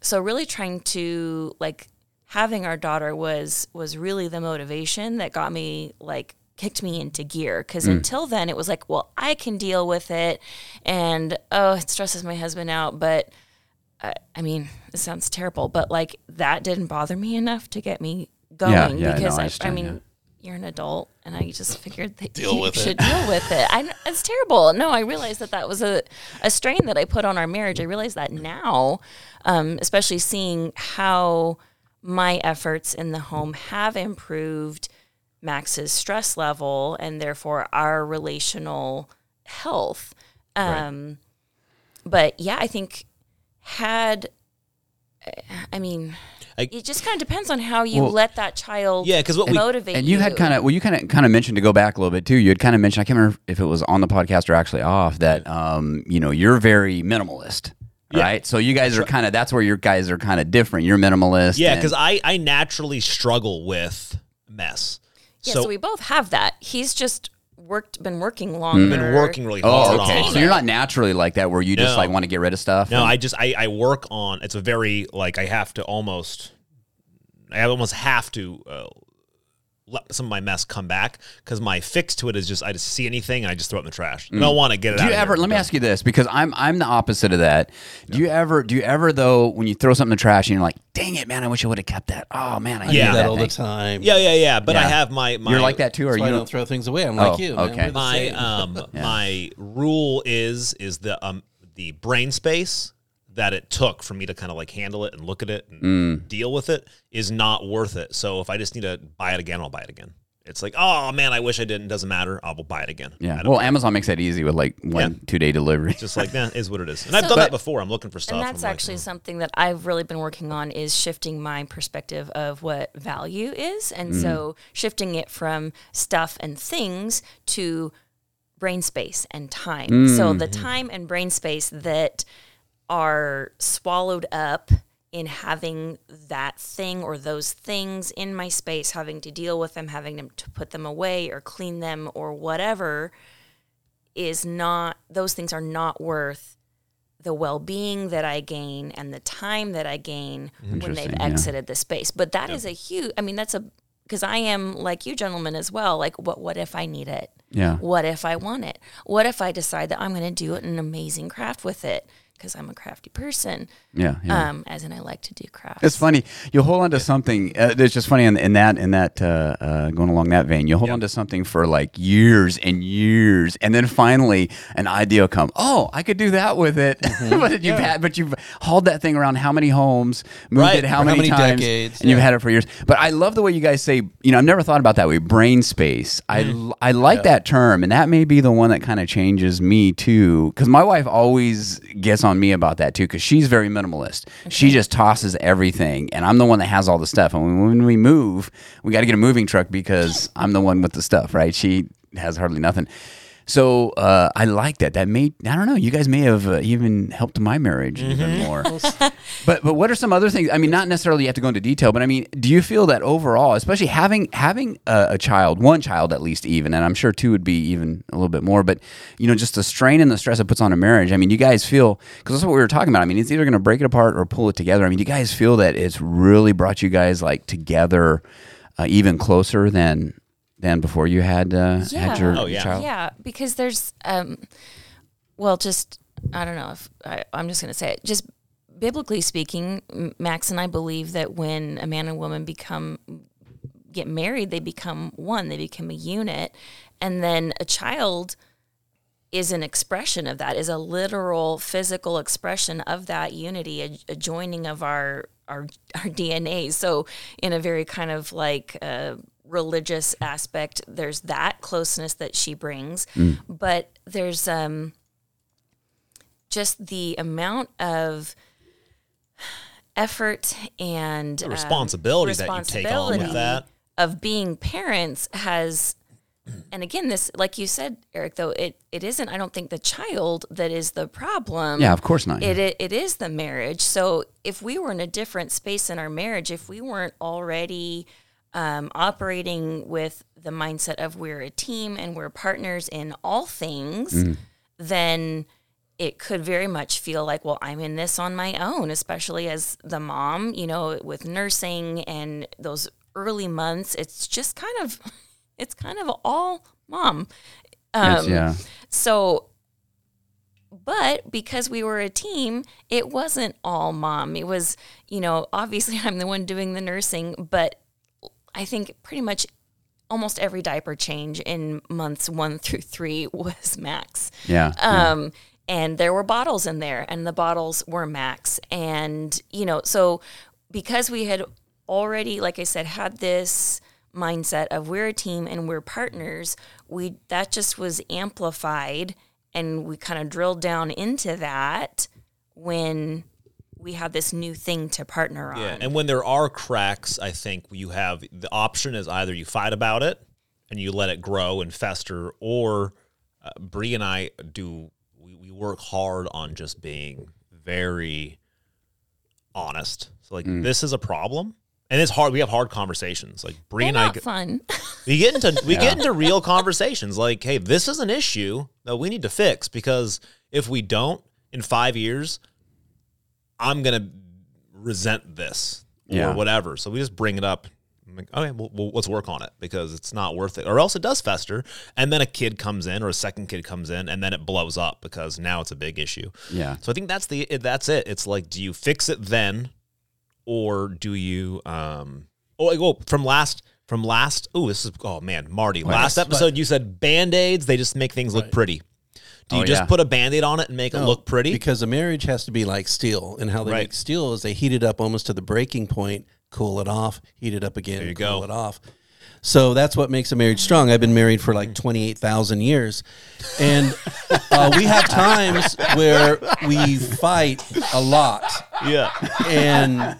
S5: so really trying to like having our daughter was was really the motivation that got me like kicked me into gear because until then it was like well i can deal with it and oh it stresses my husband out but uh, i mean it sounds terrible but like that didn't bother me enough to get me going
S4: Yeah, yeah, no, I
S5: because I, I,
S4: understand,
S5: mean
S4: yeah.
S5: you're an adult and i just figured that
S3: Deal
S5: you
S3: with it.
S5: should deal with it I, it's terrible no i realized that that was a, a strain that i put on our marriage i realize that now um, especially seeing how my efforts in the home have improved max's stress level and therefore our relational health um, but yeah i think had i mean
S2: I-
S5: it just kind of depends on how you
S4: Well-
S5: let that child
S2: Yeah, 'cause what we-
S5: motivate
S4: And you had kind of well, you kind of kind of mentioned to go back a little bit too. You had kind of mentioned I can't remember if it was on the podcast or actually off that um you know you're very minimalist, right? So you guys are kind of that's where your guys are kind of different. You're minimalist,
S2: Yeah,
S4: and-
S2: because I, I naturally struggle with mess.
S5: Yeah,
S2: so,
S5: so, we both have that. He's just worked, been working longer.
S2: I've been working really hard
S4: oh okay.
S2: on
S4: So
S2: it.
S4: you're not naturally like that where you just
S2: No.
S4: like want to get rid of stuff.
S2: No,
S4: and-
S2: I just I, I work on. It's a very like I have to almost, I almost have to uh, let some of my mess come back because my fix to it is just I just see anything and I just throw it in the trash. I don't want to get it.
S4: Mm. Do
S2: out
S4: you
S2: of
S4: ever?
S2: here.
S4: Let me ask you this because I'm I'm the opposite of that. Do you ever? Do you ever though when you throw something in the trash and you're like, dang it, man, I wish I would have kept that. Oh man, I
S2: Yeah.
S4: yeah,
S3: that all
S4: that
S3: the
S4: thing.
S3: time.
S2: Yeah, yeah, yeah. But I
S4: Yeah.
S2: have my, my
S4: You're like that too, or
S3: That's why I
S4: you?
S3: don't throw things away. I'm
S4: Oh,
S3: like you. man.
S4: okay.
S3: We're the
S2: my
S3: same.
S2: um my rule is is the um the brain space that it took for me to kind of like handle it and look at it and deal with it is not worth it. So if I just need to buy it again, I'll buy it again. It's like, oh man, I wish I didn't. Doesn't matter. I will buy it again. I
S4: Yeah.
S2: don't-
S4: Well, Amazon makes that easy with like one two day delivery.
S2: just like that is what it is. And I've
S5: So-
S2: done
S5: But-
S2: that before. I'm looking for stuff.
S5: and
S2: I'm
S5: that's
S2: like,
S5: actually
S2: oh.
S5: something that I've really been working on is shifting my perspective of what value is. And
S4: Mm.
S5: so shifting it from stuff and things to brain space and time. So the
S4: Mm-hmm.
S5: time and brain space that are swallowed up in having that thing or those things in my space, having to deal with them, having them to put them away or clean them or whatever is not those things are not worth the well-being that I gain and the time that I gain when they've
S4: Interesting, yeah.
S5: exited the space. But that is a huge I mean that's a because I am like you gentlemen as well like what what if I need it?
S4: Yeah.
S5: What if I want it? What if I decide that I'm going to do an amazing craft with it because I'm a crafty person,
S4: Yeah. yeah.
S5: um, as in I like to do crafts.
S4: It's funny. You hold on to something. Uh, it's just funny in, in that in that uh, uh, going along that vein. You hold on to something for like years and years, and then finally an idea will come. Oh, I could do that with it. but you've had, but you've hauled that thing around how many homes, moved
S2: Right.
S4: it how
S3: For how many
S4: many, times,
S3: decades,
S4: and you've
S3: yeah.
S4: had it for years. But I love the way you guys say. You know, I've never thought about that way. Brain space. I
S3: Mm.
S4: l- I like that term, and that may be the one that kind of changes me too. Because my wife always gets on me about that too, because she's very minimalist. She just tosses everything, and I'm the one that has all the stuff. And when, when we move, we got to get a moving truck because I'm the one with the stuff, right? She has hardly nothing. So uh, I like that. That may I don't know. You guys may have uh, even helped my marriage even
S3: Mm-hmm.
S4: more. But but what are some other things? I mean, not necessarily you have to go into detail, but I mean, do you feel that overall, especially having having a, a child, one child at least, even, and I'm sure two would be even a little bit more. But you know, just the strain and the stress it puts on a marriage. I mean, you guys feel because that's what we were talking about. I mean, it's either going to break it apart or pull it together. I mean, do you guys feel that it's really brought you guys like together, uh, even closer than than before you had uh, had your
S5: Oh,
S2: yeah.
S4: child?
S5: Yeah, because there's, um, well, just I don't know if I, I'm just going to say it. Just biblically speaking, M- Max and I believe that when a man and woman become get married, they become one, they become a unit. And then a child is an expression of that, is a literal physical expression of that unity, a, a joining of our, our, our DNA. So, in a very kind of like uh, religious aspect, there's that closeness that she brings, but there's um, just the amount of effort and
S2: The
S5: um,
S2: responsibility that you take on with
S5: responsibility
S2: that.
S5: of being parents has and again this like you said eric though it it isn't i don't think the child that is the problem
S4: Yeah, of course not.
S5: it, it, it is the marriage. So if we were in a different space in our marriage, if we weren't already um, operating with the mindset of we're a team and we're partners in all things,
S4: Mm.
S5: then it could very much feel like, well, I'm in this on my own, especially as the mom, you know, with nursing and those early months. It's just kind of, it's kind of all mom. Um,
S4: It's- yeah.
S5: So, but because we were a team, it wasn't all mom. It was, you know, obviously I'm the one doing the nursing, but I think pretty much almost every diaper change in months one through three was Max.
S4: Yeah.
S5: Um, and there were bottles in there, and the bottles were max. And, you know, so because we had already, like I said, had this mindset of we're a team and we're partners, we that just was amplified and we kind of drilled down into that when we had this new thing to partner on.
S2: Yeah, and when there are cracks, I think you have the option is either you fight about it and you let it grow and fester, or uh, Bree and I do we, we work hard on just being very honest. So like this is a problem, and it's hard. We have hard conversations. Like Bree
S5: They're
S2: and I,
S5: not
S2: g-
S5: fun.
S2: we get into we get into real conversations like, hey, this is an issue that we need to fix because if we don't in five years, I'm gonna resent this or
S4: Yeah.
S2: whatever. So we just bring it up. I'm like, okay, well, well, let's work on it because it's not worth it, or else it does fester, and then a kid comes in or a second kid comes in, and then it blows up because now it's a big issue.
S4: Yeah.
S2: So I think that's the that's it. It's like, do you fix it then, or do you? um Oh, like, oh from last from last. Oh, this is oh man, Marty. last episode you said band aids. They just make things look pretty. Do you
S4: Oh,
S2: just
S4: yeah.
S2: put a band aid on it and make it look pretty?
S3: because a marriage has to be like steel, and how they
S2: Right.
S3: make steel is they heat it up almost to the breaking point, cool it off, heat it up again,
S2: you
S3: cool
S2: go.
S3: it off. So that's what makes a marriage strong. I've been married for like twenty eight thousand years, and uh, we have times where we fight a lot,
S2: yeah,
S3: and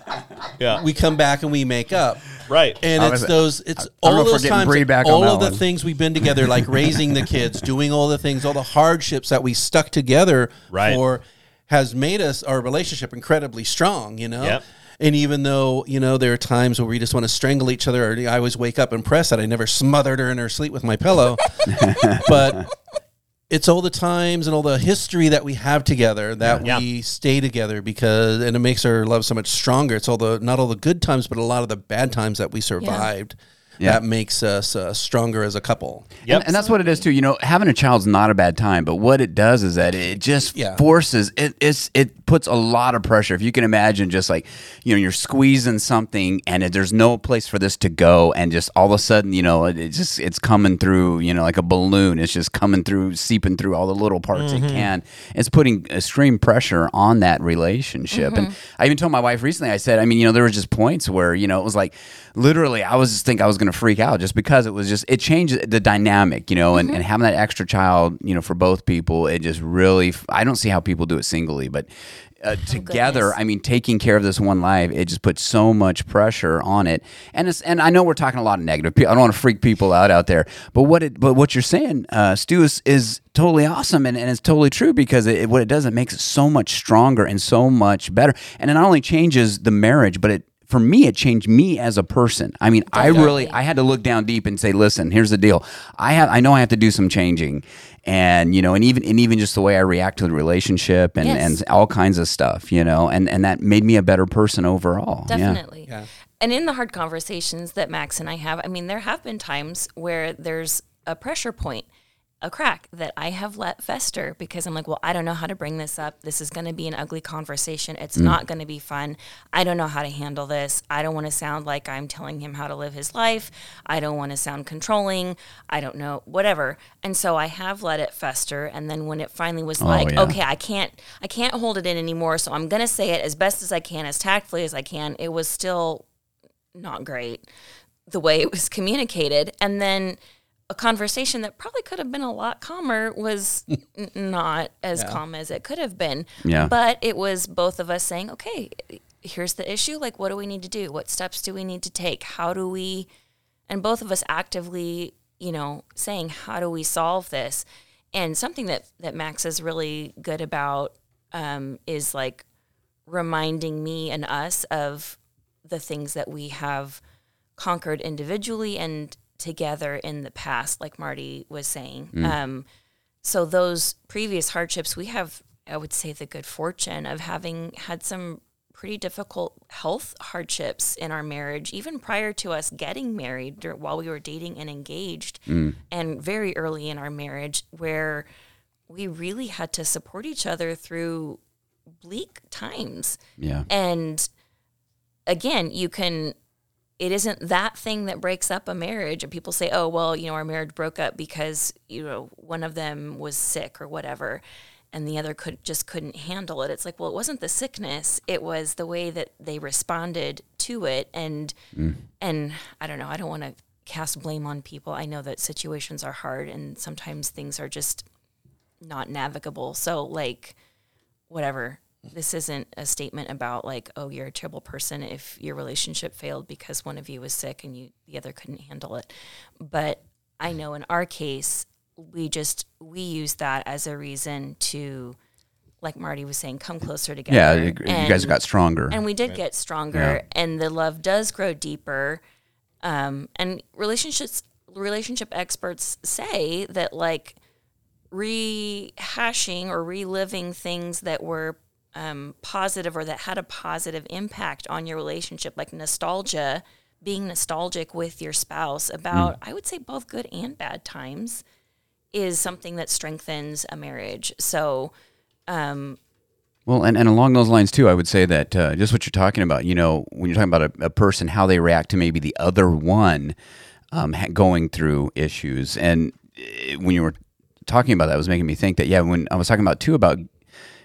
S2: yeah,
S3: we come back and we make up.
S2: right.
S3: And
S4: I
S3: it's
S4: was-
S3: those, it's
S4: don't
S3: all
S4: know if we're
S3: those
S4: getting
S3: times,
S4: Bree back on
S3: all
S4: that
S3: of the
S4: one.
S3: things we've been together, like raising the kids, doing all the things, all the hardships that we stuck together
S2: Right.
S3: for, has made us our relationship incredibly strong. You know.
S2: Yep.
S3: And even though you know there are times where we just want to strangle each other, or I always wake up impressed that I never smothered her in her sleep with my pillow, but it's all the times and all the history that we have together that
S2: Yeah.
S3: we stay together because and it makes our love so much stronger it's all the not all the good times but a lot of the bad times that we survived
S4: Yeah.
S3: that makes us uh, stronger as a couple
S2: Yep.
S4: And, and that's what it is too. You know, having a child's not a bad time, but what it does is that it just
S3: Yeah.
S4: forces it. It's it puts a lot of pressure. If you can imagine, just like you know, you're squeezing something, and it, there's no place for this to go, and just all of a sudden, you know, it, it just it's coming through. You know, like a balloon, it's just coming through, seeping through all the little parts it can. It's putting extreme pressure on that relationship. And I even told my wife recently. I said, I mean, you know, there were just points where you know it was like literally, I was just think I was going to freak out just because it was just it changes the dynamic, you know, and, and having that extra child, you know, for both people, it just really I don't see how people do it singly, but uh, together, I mean, taking care of this one life, it just puts so much pressure on it. And it's and I know we're talking a lot of negative. pe- I don't want to freak people out out there, but what it but what you're saying, uh, Stu, is, is totally awesome and, and it's totally true because it, what it does it makes it so much stronger and so much better, and it not only changes the marriage, but it for me it changed me as a person i mean i really i had to look down deep and say listen here's the deal i have i know i have to do some changing and you know and even and even just the way i react to the relationship and
S5: Yes.
S4: and all kinds of stuff you know and and that made me a better person overall Yeah.
S5: Definitely. And in the hard conversations that Max and I have, I mean, there have been times where there's a pressure point a crack that I have let fester because I'm like, well, I don't know how to bring this up. This is going to be an ugly conversation. It's not going to be fun. I don't know how to handle this. I don't want to sound like I'm telling him how to live his life. I don't want to sound controlling. I don't know, whatever. And so I have let it fester. And then when it finally was like,
S4: yeah.
S5: okay, I can't, I can't hold it in anymore. So I'm going to say it as best as I can, as tactfully as I can. It was still not great the way it was communicated. And then a conversation that probably could have been a lot calmer was n- not as calm as it could have been.
S4: Yeah.
S5: But it was both of us saying, okay, here's the issue. Like, what do we need to do? What steps do we need to take? How do we, and both of us actively, you know, saying, how do we solve this? And something that, that Max is really good about um, is like reminding me and us of the things that we have conquered individually and together in the past, like Marty was saying. Um, so those previous hardships, we have, I would say, the good fortune of having had some pretty difficult health hardships in our marriage, even prior to us getting married, dur- while we were dating and engaged, and very early in our marriage, where we really had to support each other through bleak times.
S4: Yeah.
S5: And again, you can it isn't that thing that breaks up a marriage and people say, "Oh, well, you know, our marriage broke up because, you know, one of them was sick or whatever." And the other could just couldn't handle it. It's like, well, it wasn't the sickness; it was the way that they responded to it. And and I don't know. I don't want to cast blame on people. I know that situations are hard, and sometimes things are just not navigable. So, like, whatever. This isn't a statement about like, oh, you're a terrible person if your relationship failed because one of you was sick and you the other couldn't handle it. But I know in our case, we just we use that as a reason to, like Marty was saying, come closer together.
S4: Yeah, you you guys
S5: And-
S4: got stronger.
S5: and we did get stronger, and the love does grow deeper. Um, and relationships, relationship experts say that like rehashing or reliving things that were um, positive or that had a positive impact on your relationship, like nostalgia, being nostalgic with your spouse
S4: Mm.
S5: about, I would say, both good and bad times, is something that strengthens a marriage. So,
S4: Well, and, and along those lines too, I would say that uh, just what you're talking about, you know, when you're talking about a, a person, how they react to maybe the other one um, ha- going through issues, and uh, when you were talking about that, it was making me think that yeah, when I was talking about too about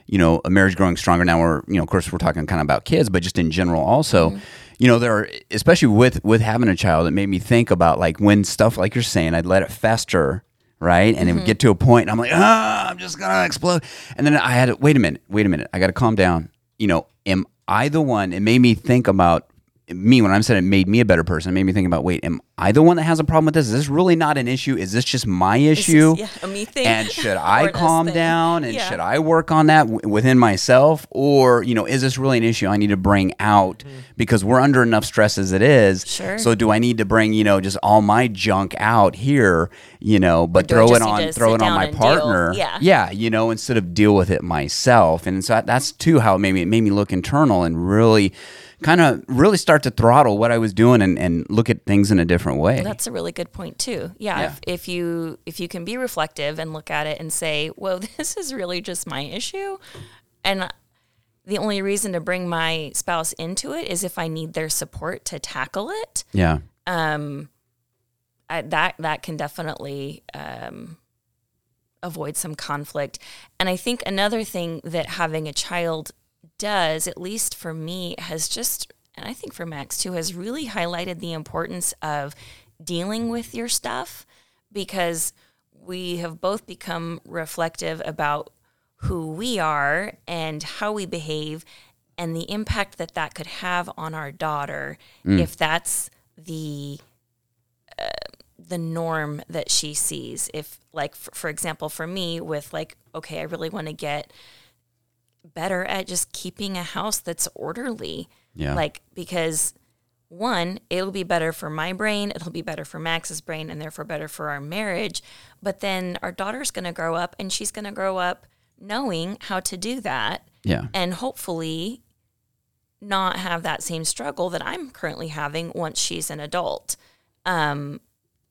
S4: you know a marriage growing stronger now we're you know of course we're talking kind of about kids but just in general also you know there are especially with with having a child it made me think about like when stuff like you're saying i'd let it fester right and it would get to a point and i'm like ah i'm just gonna explode and then i had to wait a minute wait a minute i gotta calm down you know am i the one it made me think about me when I'm saying it made me a better person, it made me think about wait, am I the one that has a problem with this? Is this really not an issue? Is this just my issue?
S5: yeah, a me thing
S4: And should
S5: or
S4: I
S5: an us
S4: calm
S5: thing.
S4: down? And
S5: Yeah.
S4: should I work on that w- within myself? Or, you know, is this really an issue I need to bring out? Because we're under enough stress as it is.
S5: Mm. Sure.
S4: So do I need to bring, you know, just all my junk out here, you know, but
S5: do I
S4: throw it
S5: just need
S4: on
S5: to
S4: throw it
S5: sit
S4: on
S5: down
S4: my
S5: and
S4: partner?
S5: deal? Yeah.
S4: Yeah, you know, instead of deal with it myself. And so that- that's too how it made me it made me look internal and really kind of really start to throttle what I was doing and, and look at things in a different way.
S5: That's a really good point too. Yeah, If, if you if you can be reflective and look at it and say, "Well, this is really just my issue," and the only reason to bring my spouse into it is if I need their support to tackle it. um,
S4: yeah.
S5: I, that that can definitely um, avoid some conflict. And I think another thing that having a child does, at least for me, has just, and I think for Max too, has really highlighted the importance of dealing with your stuff because we have both become reflective about who we are and how we behave and the impact that that could have on our daughter if that's the the norm that she sees if like for, for example for me with like okay i really want to get better at just keeping a house that's orderly
S4: Yeah.
S5: like because one it'll be better for my brain it'll be better for max's brain and therefore better for our marriage but then our daughter's going to grow up and she's going to grow up knowing how to do that
S4: Yeah.
S5: and hopefully not have that same struggle that I'm currently having once she's an adult. Um,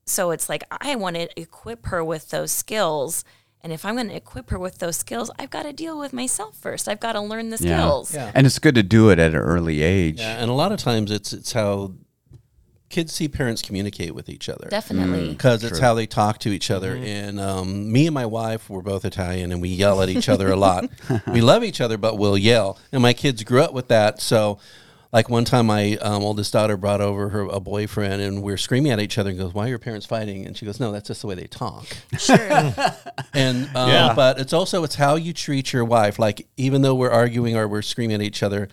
S5: So it's like I want to equip her with those skills. And if I'm going to equip her with those skills, I've got to deal with myself first. I've got to learn the skills.
S3: Yeah.
S4: And it's good to do it at an early age.
S3: Yeah, and a lot of times it's it's how kids see parents communicate with each other
S5: Definitely.
S3: because it's how they talk to each other. And um, me and my wife were both Italian, and we yell at each other a lot. we love each other, but we'll yell. And my kids grew up with that, so. Like one time, my um, oldest daughter brought over her a boyfriend, and we are screaming at each other. And goes, "Why are your parents fighting?" And she goes, "No, that's just the way they talk."
S5: Sure.
S3: And um,
S2: Yeah.
S3: but it's also it's how you treat your wife. Like even though we're arguing or we're screaming at each other,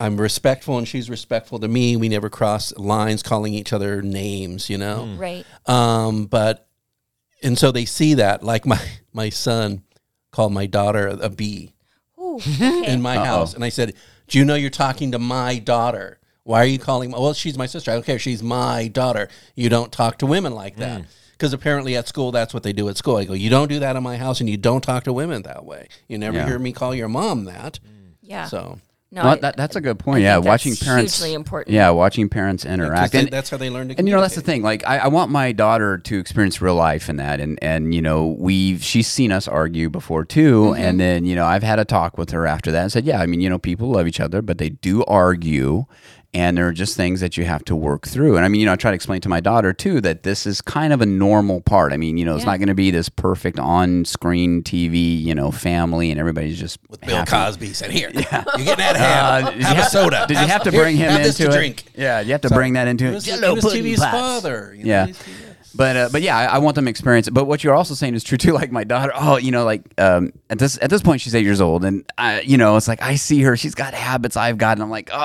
S3: I'm respectful and she's respectful to me. We never cross lines calling each other names, you know.
S5: right.
S3: Um, but and so they see that. Like my my son called my daughter a bee
S5: Ooh, okay.
S3: in my house, and I said, "Do you know you're talking to my daughter?" Why are you calling? My, well, she's my sister. I don't care. She's my daughter. You don't talk to women like
S4: Hmm.
S3: that. Because apparently at school, that's what they do at school. I go, you don't do that in my house, and you don't talk to women that way. You never
S4: Yeah.
S3: hear me call your mom that.
S5: yeah.
S3: So
S5: no,
S4: Well,
S5: I-
S4: that, that's a good point.
S5: I
S4: Yeah,
S5: think that's
S4: watching parents
S5: hugely important.
S4: Yeah, watching parents interact.
S3: 'cause they-
S4: And-
S3: that's how they learn to.
S4: and you know that's the
S3: communicate.
S4: thing like I, I want my daughter to experience real life in that and and you know we've she's seen us argue before too
S5: Mm-hmm.
S4: and then you know i've had a talk with her after that and said yeah i mean you know people love each other but they do argue and there are just things that you have to work through and i mean you know i try to explain to my daughter too that this is kind of a normal part i mean you know it's not going to be this perfect on screen tv you you know family and everybody's just
S3: With Bill
S4: happy.
S3: Cosby said, "Here, you're getting that ham.
S4: Uh, did you
S3: have a
S4: have-
S3: soda.
S4: Did you have to bring him
S3: have
S4: into
S3: this to
S4: it?
S3: drink.
S4: Yeah, you have to bring that into
S3: He
S4: it.
S3: was,
S4: Yellow
S3: he was
S4: pudding
S3: TV's
S4: pops.
S3: father. you know,
S4: Yeah.
S3: he's- he's-
S4: But uh, but yeah, I, I want them to experience it. But what you're also saying is true too. Like my daughter, oh, you know, like um, at this at this point she's eight years old, and I, you know, it's like I see her, she's got habits I've got, and I'm like, oh,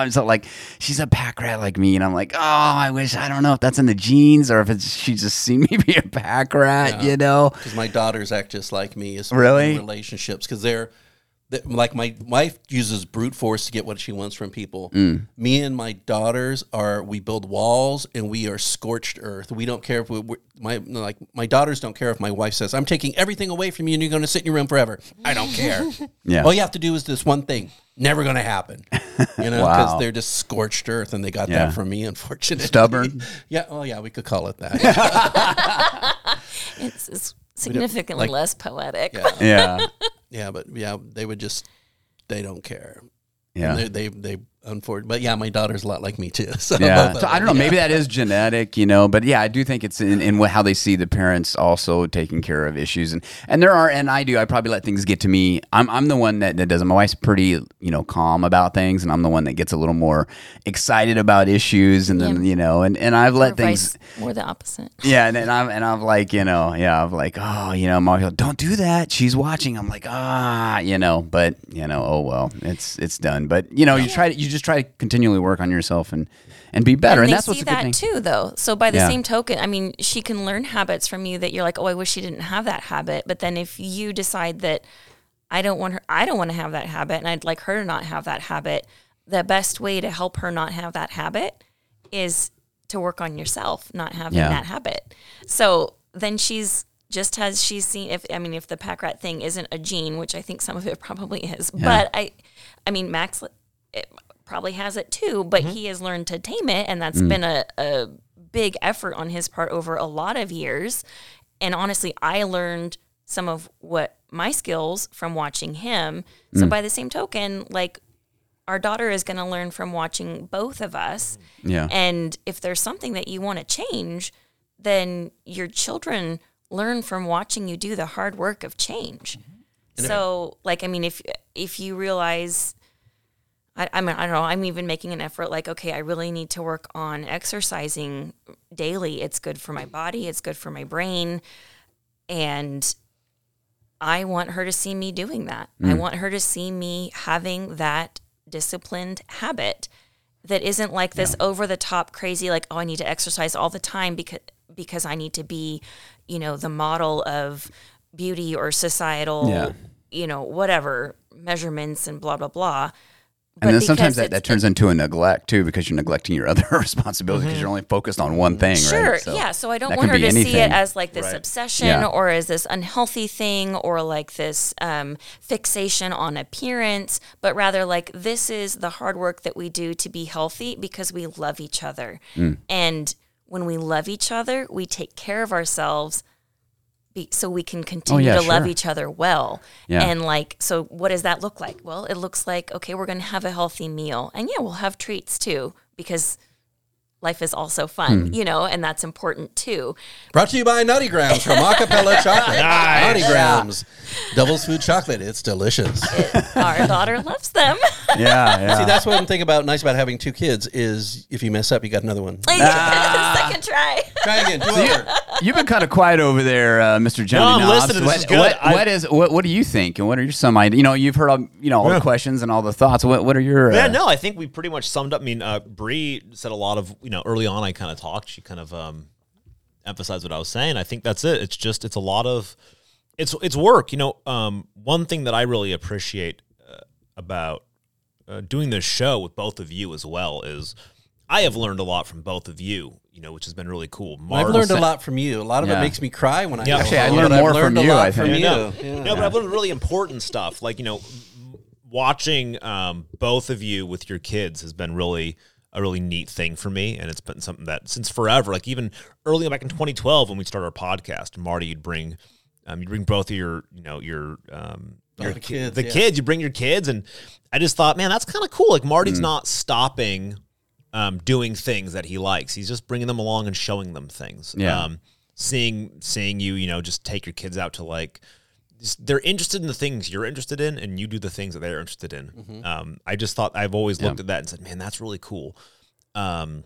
S4: I'm so like she's a pack rat like me, and I'm like, oh, I wish I don't know if that's in the genes or if it's she just seen me be a pack rat, you know.
S3: because my daughters act just like me. Is
S4: Really?
S3: in relationships because they're, they- like my wife uses brute force to get what she wants from people.
S4: Mm.
S3: Me and my daughters are we build walls and we are scorched earth. We don't care if we, we my like my daughters don't care if my wife says I'm taking everything away from you and you're going to sit in your room forever. I don't care.
S4: Yeah.
S3: All you have to do is this one thing. Never going to happen. You know because
S4: Wow.
S3: they're just scorched earth and they got
S4: Yeah.
S3: that from me unfortunately.
S4: Stubborn.
S3: yeah. Oh yeah. We could call it that.
S5: It's, it's significantly
S3: like-
S5: less poetic.
S3: yeah.
S4: Yeah,
S3: Yeah, but yeah, they would just they don't care.
S4: yeah.
S3: And they they, they unfortunately, but yeah, my daughter's a lot like me too. So
S4: Yeah.
S3: both of
S4: So I
S3: them,
S4: don't know.
S3: yeah.
S4: Maybe that is genetic, you know. But yeah, I do think it's in, in what- how they see the parents also taking care of issues, and and there are, and I do. I probably let things get to me. I'm I'm the one that, that does. it. My wife's pretty, you know, calm about things, and I'm the one that gets a little more excited about issues, and then you know, and and I've
S5: Or
S4: let things.
S5: vice, or the opposite.
S4: Yeah, and, and I'm and I'm like, you know, yeah, I'm like, oh, you know, Mario, don't do that. She's watching. I'm like, ah, you know, but you know, oh well, it's it's done. But you know, you try to you just try to continually work on yourself and and be better, and,
S5: they
S4: that's
S5: see
S4: what's a good
S5: that
S4: thing.
S5: too, though. So by the
S4: Yeah.
S5: same token, I mean, she can learn habits from you that you're like, oh, I wish she didn't have that habit. But then if you decide that I don't want her, I don't want to have that habit, and I'd like her to not have that habit, the best way to help her not have that habit is to work on yourself, not having
S4: Yeah.
S5: that habit. So then she's just has she's seen if I mean if the pack rat thing isn't a gene, which I think some of it probably is, but I, I mean Max it probably has it too, but he has learned to tame it, and that's been a, a big effort on his part over a lot of years. And honestly, I learned some of what my skills from watching him. So by the same token, like our daughter is going to learn from watching both of us.
S4: Yeah.
S5: And if there's something that you want to change, then your children learn from watching you do the hard work of change. So, like, I mean, if if you realize, I, I mean, I don't know, I'm even making an effort. Like, okay, I really need to work on exercising daily. It's good for my body. It's good for my brain, and I want her to see me doing that.
S4: Mm.
S5: I want her to see me having that disciplined habit that isn't like this over the top crazy like oh I need to exercise all the time because because I need to be, you know, the model of beauty or societal,
S4: Yeah.
S5: you know, whatever measurements and blah blah blah.
S4: and then sometimes
S5: because
S4: that,
S5: it's-
S4: that turns into a neglect too, because you're neglecting your other responsibilities because you're only focused on one thing.
S5: Mm-hmm. Sure.
S4: right?
S5: yeah. So I don't
S4: that
S5: want her
S4: could
S5: to
S4: be
S5: see it
S4: anything.
S5: as like this obsession
S4: Yeah.
S5: or as this unhealthy thing or like this um, fixation on appearance, but rather like
S4: Mm.
S5: this is the hard work that we do to be healthy because we love each other. And when we love each other, we take care of ourselves be, so we can continue
S4: Oh, yeah,
S5: to love
S4: sure.
S5: each other well.
S4: Yeah.
S5: And like, so what does that look like? Well, it looks like, okay, we're going to have a healthy meal. And yeah, we'll have treats too because life is also fun,
S4: Hmm.
S5: you know, and that's important too.
S3: Brought to you by Nutty Grams from Acapella Chocolate. Nutty Grams, Devil's Food Chocolate. It's delicious.
S5: Our daughter loves them.
S4: Yeah, yeah.
S3: See, that's one thing about nice about having two kids is if you mess up, you got another one.
S4: Ah.
S5: Second try.
S3: Try again. Do it.
S4: You've been kind of quiet over there, uh, Mr. Johnny.
S2: I'm
S4: Knobs.
S2: listening. This
S4: What,
S2: is good.
S4: What,
S2: I-
S4: what is what, what do you think, and what are your some ideas? You know, you've heard all, you know all the questions and all the thoughts. What what are your? Uh,
S2: Yeah, no, I think we pretty much summed up. I mean, uh, Bree said a lot of, you know, early on I kind of talked. She kind of um, emphasized what I was saying. I think that's it. It's just, it's a lot of, it's it's work. You know, um, one thing that I really appreciate uh, about uh, doing this show with both of you as well is I have learned a lot from both of you, you know, which has been really cool.
S3: I've
S2: Marvel
S3: learned a lot from you. A lot of
S4: Yeah.
S3: it makes me cry when I
S2: Yeah.
S3: go
S2: Actually,
S4: I
S3: home,
S4: learned
S3: but I've
S4: more from
S3: a
S4: you,
S3: lot
S4: I think.
S3: From you.
S2: No,
S3: Yeah.
S2: no, but I've learned really important stuff. Like you know, m- watching um, both of you with your kids has been really a really neat thing for me, and it's been something that since forever. Like even early back in 2012 when we started our podcast, Marty, you'd bring um, you'd bring both of your you know your um, your
S3: the
S2: ki-
S3: kids,
S2: the
S3: yeah.
S2: kids. You bring your kids, and I just thought, man, that's kind of cool. Like Marty's not stopping um, doing things that he likes. He's just bringing them along and showing them things.
S4: Yeah.
S2: Um, seeing seeing you, you know, just take your kids out to like just- they're interested in the things you're interested in, and you do the things that they're interested in. Um, I just thought I've always looked at that and said, man, that's really cool. Um,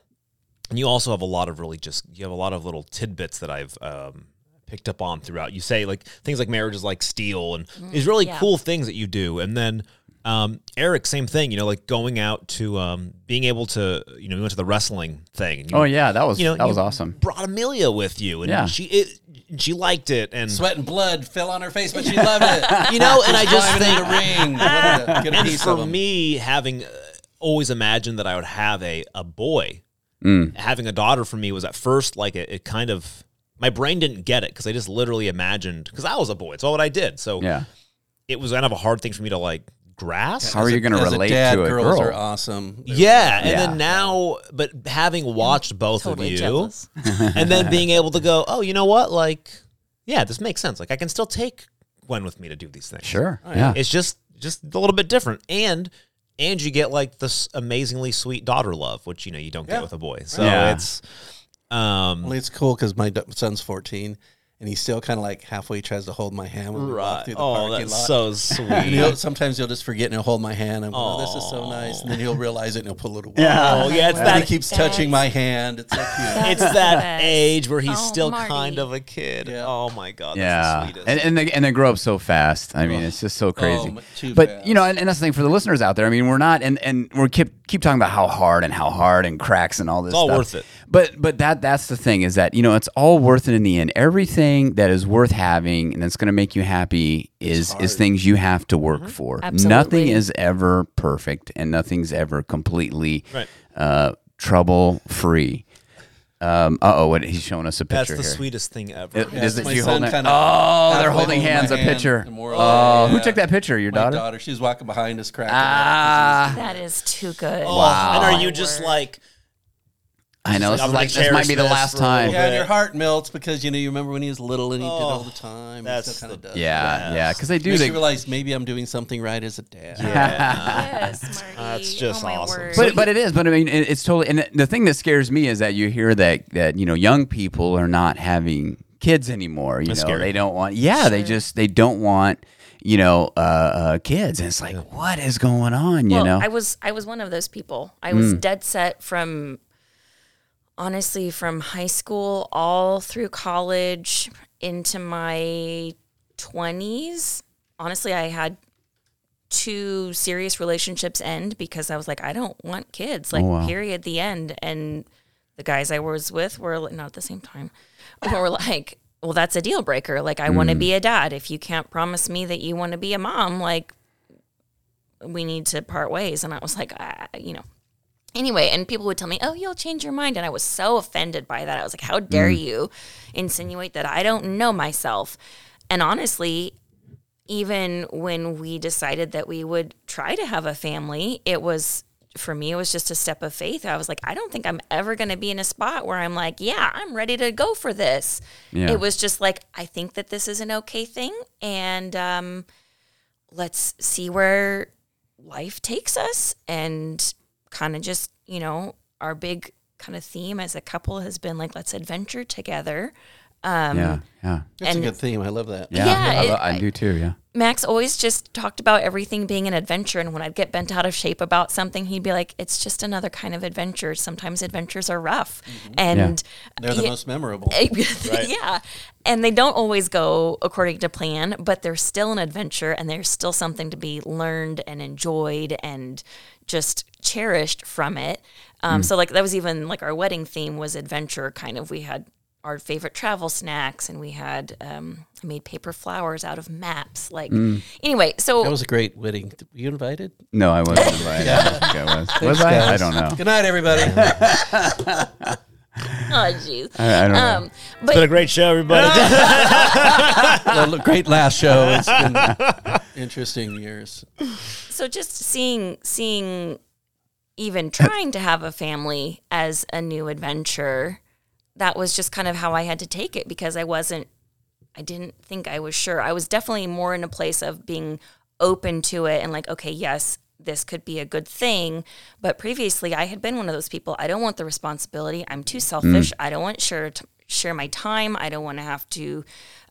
S2: and you also have a lot of really just you have a lot of little tidbits that I've um, picked up on throughout. You say like things like marriage is like steel, and these really
S5: yeah.
S2: cool things that you do. And then um, Eric, same thing. You know, like going out to um, being able to you know we went to the wrestling thing. And you,
S4: Oh yeah, that was
S2: you know
S4: that was
S2: you
S4: awesome.
S2: Brought Amelia with you, and
S4: Yeah.
S2: she it, she liked it, and
S3: Sweat and blood fell on her face, but she loved it.
S2: you know, and I just
S3: Diamond
S2: think
S3: in the ring. Wanted to Get a
S2: and
S3: piece
S2: for
S3: of 'em.
S2: me, having uh, always imagined that I would have a a boy,
S4: Mm.
S2: having a daughter for me was at first like it, it kind of my brain didn't get it because I just literally imagined because I was a boy, it's all what I did. So
S4: Yeah.
S2: it was kind of a hard thing for me to like grasp.
S4: How are you going to
S3: As a
S4: relate
S3: dad,
S4: to a
S3: girls
S4: girl?
S3: are awesome. They're-
S2: Yeah, and
S4: Yeah.
S2: then now, but having watched both
S5: totally
S2: of you,
S5: jealous.
S2: and then being able to go, oh, you know what, like, yeah, this makes sense. Like, I can still take Gwen with me to do these things.
S4: Sure. yeah.
S2: It's just just a little bit different, and and you get like this amazingly sweet daughter love, which you know you don't get
S3: Yeah.
S2: with a boy. So
S4: Yeah.
S2: it's um
S3: Well, it's cool because my d- son's 14 and he still kind of like halfway tries to hold my hand when we walk
S2: right.
S3: through the
S2: Oh,
S3: parking
S2: that's
S3: lot.
S2: so
S3: and he'll,
S2: sweet.
S3: sometimes he'll just forget and he'll hold my hand. I'm like, oh, this is so nice. And then he'll realize it and he'll put a little.
S2: oh yeah, it's
S3: And then he
S2: that
S3: keeps touching my hand. It's so cute.
S2: it's that
S5: Yes.
S2: age where he's
S5: Oh,
S2: still
S5: Marty.
S2: kind of a kid.
S3: Yeah.
S2: Oh my god,
S4: yeah,
S2: that's the sweetest. Oh,
S4: and and they and they grow up so fast. I mean, it's just so crazy.
S3: m- too
S4: but
S3: fast.
S4: you know, and, and that's the thing for the listeners out there. I mean, we're not, and and we're keep keep talking about how hard and how hard and cracks and all this. It's
S2: all worth it.
S4: But but that that's the thing is that you know it's all worth it in the end. Everything that is worth having and that's going to make you happy is is things you have to work for. Nothing
S5: Absolutely.
S4: is ever perfect, and nothing's ever completely
S2: Right.
S4: uh, trouble free. Um, uh oh, what he's showing us a
S2: that's
S4: picture
S2: the
S4: here.
S2: sweetest thing ever.
S4: It-
S3: Yeah,
S4: is it
S3: my
S4: you
S3: son
S4: holding?
S3: kinda
S4: oh,
S3: halfway
S4: they're holding
S3: holding my
S4: hands. A
S3: hand,
S4: picture.
S3: the
S4: Oh,
S3: moral-
S4: who
S3: Yeah.
S4: took that picture? Your
S3: My
S4: daughter.
S3: daughter, she's walking behind us, cracking. up.
S4: Ah,
S5: That is too good.
S2: Oh, And are you just like
S4: I
S2: like, I'm
S4: know. This is
S2: gonna
S4: like this might be
S2: cherish
S4: the
S2: this
S4: last
S2: for a little
S4: time.
S2: bit.
S4: Yeah,
S3: yeah, and
S2: bit.
S3: your heart melts because you know you remember when he was little and he did it
S2: Oh,
S3: all the time. and
S2: that's
S3: still kinda
S2: the-
S3: does.
S4: yeah, because they do.
S3: Makes
S4: they,
S3: you realize maybe I'm doing something right as a dad.
S5: Yes, Marty.
S2: That's just
S5: oh, my
S2: awesome.
S5: Word.
S4: But but it is. But I mean, it, it's totally. And the thing that scares me is that you hear that that you know young people are not having kids anymore. You
S2: That's
S4: know,
S2: scary.
S4: they don't want. Yeah, they just they don't want. You know, uh, uh, kids, and it's like, what is going on? You
S5: well,
S4: know, Mm.
S5: I was I was one of those people. I was dead set from honestly from high school all through college into my 20s. Honestly, I had two serious relationships end because I was like I don't want kids. Like period the end and the guys I was with were li- not at the same time. Were like, well, that's a deal breaker. Like, I want to be a dad. If you can't promise me that you want to be a mom, like, we need to part ways. And I was like, I, you know. Anyway, and people would tell me, oh, you'll change your mind. And I was so offended by that. I was like, how dare you insinuate that I don't know myself? And honestly, even when we decided that we would try to have a family, it was for me, it was just a step of faith. I was like, I don't think I'm ever going to be in a spot where I'm like, yeah, I'm ready to go for this.
S4: Yeah.
S5: It was just like, I think that this is an okay thing. And um, let's see where life takes us. And kind of just, you know, our big kind of theme as a couple has been like, let's adventure together. Um,
S4: yeah, yeah,
S3: That's
S5: And-
S3: a good theme. I love that.
S4: yeah.
S5: Yeah,
S4: I,
S5: it-
S4: lo- I do too. Yeah,
S5: Max always just talked about everything being an adventure. And when I'd get bent out of shape about something, he'd be like, it's just another kind of adventure. Sometimes adventures are rough. And
S3: They're the
S5: Yeah.
S3: most memorable.
S5: yeah. And they don't always go according to plan, but they're still an adventure and there's still something to be learned and enjoyed and just cherished from it. Um,
S4: Mm.
S5: So like that was even like our wedding theme was adventure kind of. We had our favorite travel snacks and we had um, I made paper flowers out of maps. Like
S4: Mm.
S5: anyway, so
S3: That was a great wedding. Were you invited?
S4: no, I wasn't invited. I don't think I was. Was I? I
S3: guys.
S4: don't know.
S3: Good night, everybody.
S5: oh jeez.
S4: I, I don't know.
S5: Um, but
S2: Been a great show, everybody.
S3: Well, great last show. It's been interesting years.
S5: so just seeing seeing even trying to have a family as a new adventure that was just kind of how i had to take it because i wasn't i didn't think i was sure i was definitely more in a place of being open to it and like okay yes this could be a good thing but previously i had been one of those people i don't want the responsibility i'm
S3: Mm.
S5: too selfish i don't want share t- share my time i don't want to have to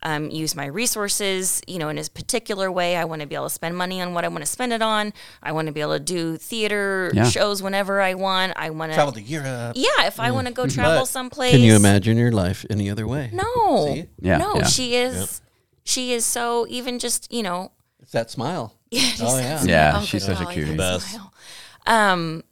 S5: um, use my resources, you know, in a particular way. I want to be able to spend money on what I want to spend it on. I want to be able to do theater
S4: Yeah.
S5: shows whenever I want. I want
S3: Traveled to Europe.
S5: yeah, if I want to go travel
S3: But
S5: someplace.
S3: Mm. Mm-hmm. Can you imagine your life any other way?
S5: No.
S3: See?
S4: Yeah,
S5: no,
S4: yeah.
S5: she is she is so even just, you know,
S3: It's that smile.
S5: just
S3: Oh, yeah.
S5: that
S4: Yeah,
S5: smile.
S4: she's
S5: good
S4: such a
S5: golly,
S4: cutie.
S5: that
S2: Best.
S5: smile. Um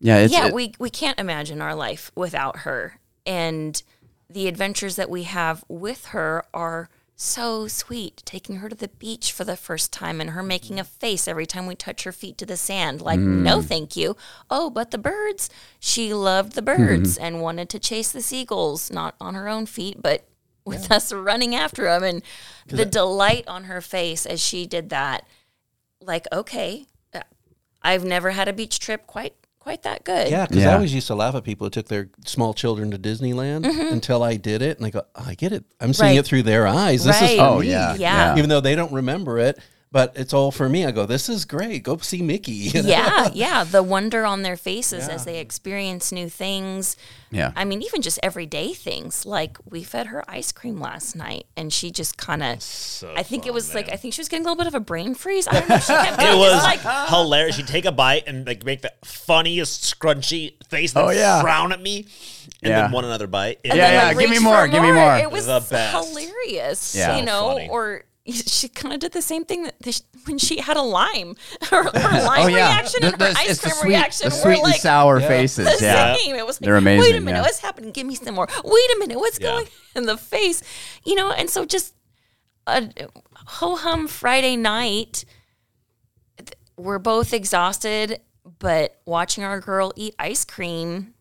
S4: Yeah, it's,
S5: yeah,
S4: it-
S5: we we can't imagine our life without her. And the adventures that we have with her are so sweet. Taking her to the beach for the first time and her making a face every time we touch her feet to the sand, like,
S4: Mm.
S5: no, thank you. Oh, but the birds. She loved the birds
S4: Mm-hmm.
S5: and wanted to chase the seagulls, not on her own feet, but with us running after them. And the delight on her face as she did that, like, okay, uh, I've never had a beach trip quite quite that good.
S3: Yeah, because
S4: Yeah.
S3: I always used to laugh at people who took their small children to Disneyland until I did it, and I go, "Oh, I get it. I'm seeing
S5: Mm-hmm. Right.
S3: it through their eyes. This is
S5: Right.
S3: for
S5: Oh,
S3: me."
S4: yeah,
S5: yeah.
S3: Even though they don't remember it, but it's all for me. I go, this is great. Go see Mickey. you know?
S5: yeah, yeah. The wonder on their faces as they experience new things.
S4: yeah.
S5: I mean, even just everyday things. Like we fed her ice cream last night, and she just kind of. I think it was like I think she was getting a little bit of a brain freeze. I don't know. If she kept
S2: It
S5: going.
S2: was
S5: It's like
S2: hilarious. She'd take a bite and like make the funniest scrunchy face, and
S4: Oh, yeah.
S2: frown at me, and
S4: Yeah.
S2: then want another bite. It
S5: and
S4: Yeah,
S5: then,
S4: yeah,
S5: like,
S4: give me
S5: reach
S4: more,
S5: for
S4: give me more.
S5: It was
S2: The best.
S5: hilarious.
S4: Yeah.
S5: You
S4: So
S5: know,
S2: funny.
S5: or. She kind of did the same thing that that she- when she had a lime, her, her lime reaction and
S4: Oh, The-
S5: her
S4: the-
S5: ice
S4: it's the
S5: cream
S4: sweet,
S5: reaction
S4: the
S5: were
S4: sweet and
S5: like
S4: sour faces.
S5: the
S4: Yeah,
S5: same. It was like,
S4: They're
S5: Wait a
S4: amazing,
S5: minute,
S4: yeah.
S5: what's happening? Give me some more. Wait a minute, what's
S2: Yeah.
S5: going in the face? You know, and so just a ho hum Friday night. th- We're both exhausted, but watching our girl eat ice cream,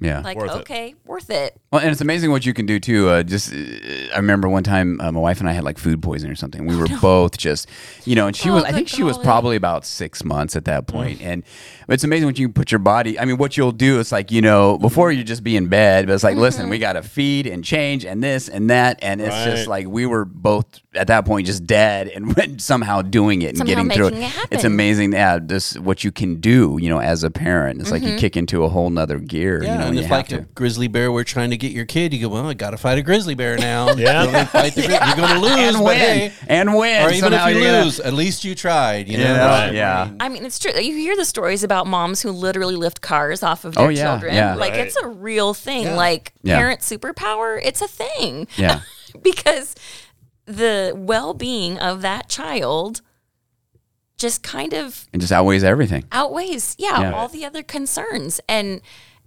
S4: yeah.
S5: like
S2: Worth it.
S5: okay, worth it.
S4: Well, and it's amazing what you can do too. Uh, just, uh, I remember one time uh, my wife and I had like food poisoning or something. We were both just, you know, and she
S5: Oh,
S4: was, I
S5: good
S4: think she was
S5: golly.
S4: probably about six months at that point. And it's amazing what you can put your body. I mean, what you'll do is like, you know, before you just be in bed, but it's like,
S5: Mm-hmm.
S4: listen, we got to feed and change and this and that. And it's just
S2: Right.
S4: like we were both at that point just dead and somehow doing it and
S5: Somehow
S4: getting through it.
S5: making it happen.
S4: it's amazing. Yeah, this what you can do, you know, as a parent. It's
S5: Mm-hmm.
S4: like you kick into a whole nother gear.
S3: Yeah,
S4: you know,
S3: and
S4: you
S3: if
S4: have
S3: like
S4: to.
S3: a grizzly bear were trying to get your kid, you go, "Well, I got to fight a grizzly bear now.
S2: Yeah.
S3: You know, they fight the gri- you're going to lose,
S4: and
S3: but
S4: win
S3: hey,
S4: and win.
S3: or even
S4: Somehow
S3: if you
S4: you're gonna-
S3: lose, at least you tried. You know,
S4: Yeah,
S3: That's what I
S4: yeah.
S3: mean.
S5: I mean, it's true. You hear the stories about moms who literally lift cars off of their
S4: Oh, yeah,
S5: children.
S4: yeah.
S5: Like
S2: Right.
S5: it's a real thing.
S3: Yeah.
S5: Like
S4: Yeah.
S5: parent superpower, it's a thing.
S4: yeah,
S5: because the well-being of that child just kind of
S4: it just outweighs everything.
S5: outweighs yeah,
S4: Yeah.
S5: all the other concerns and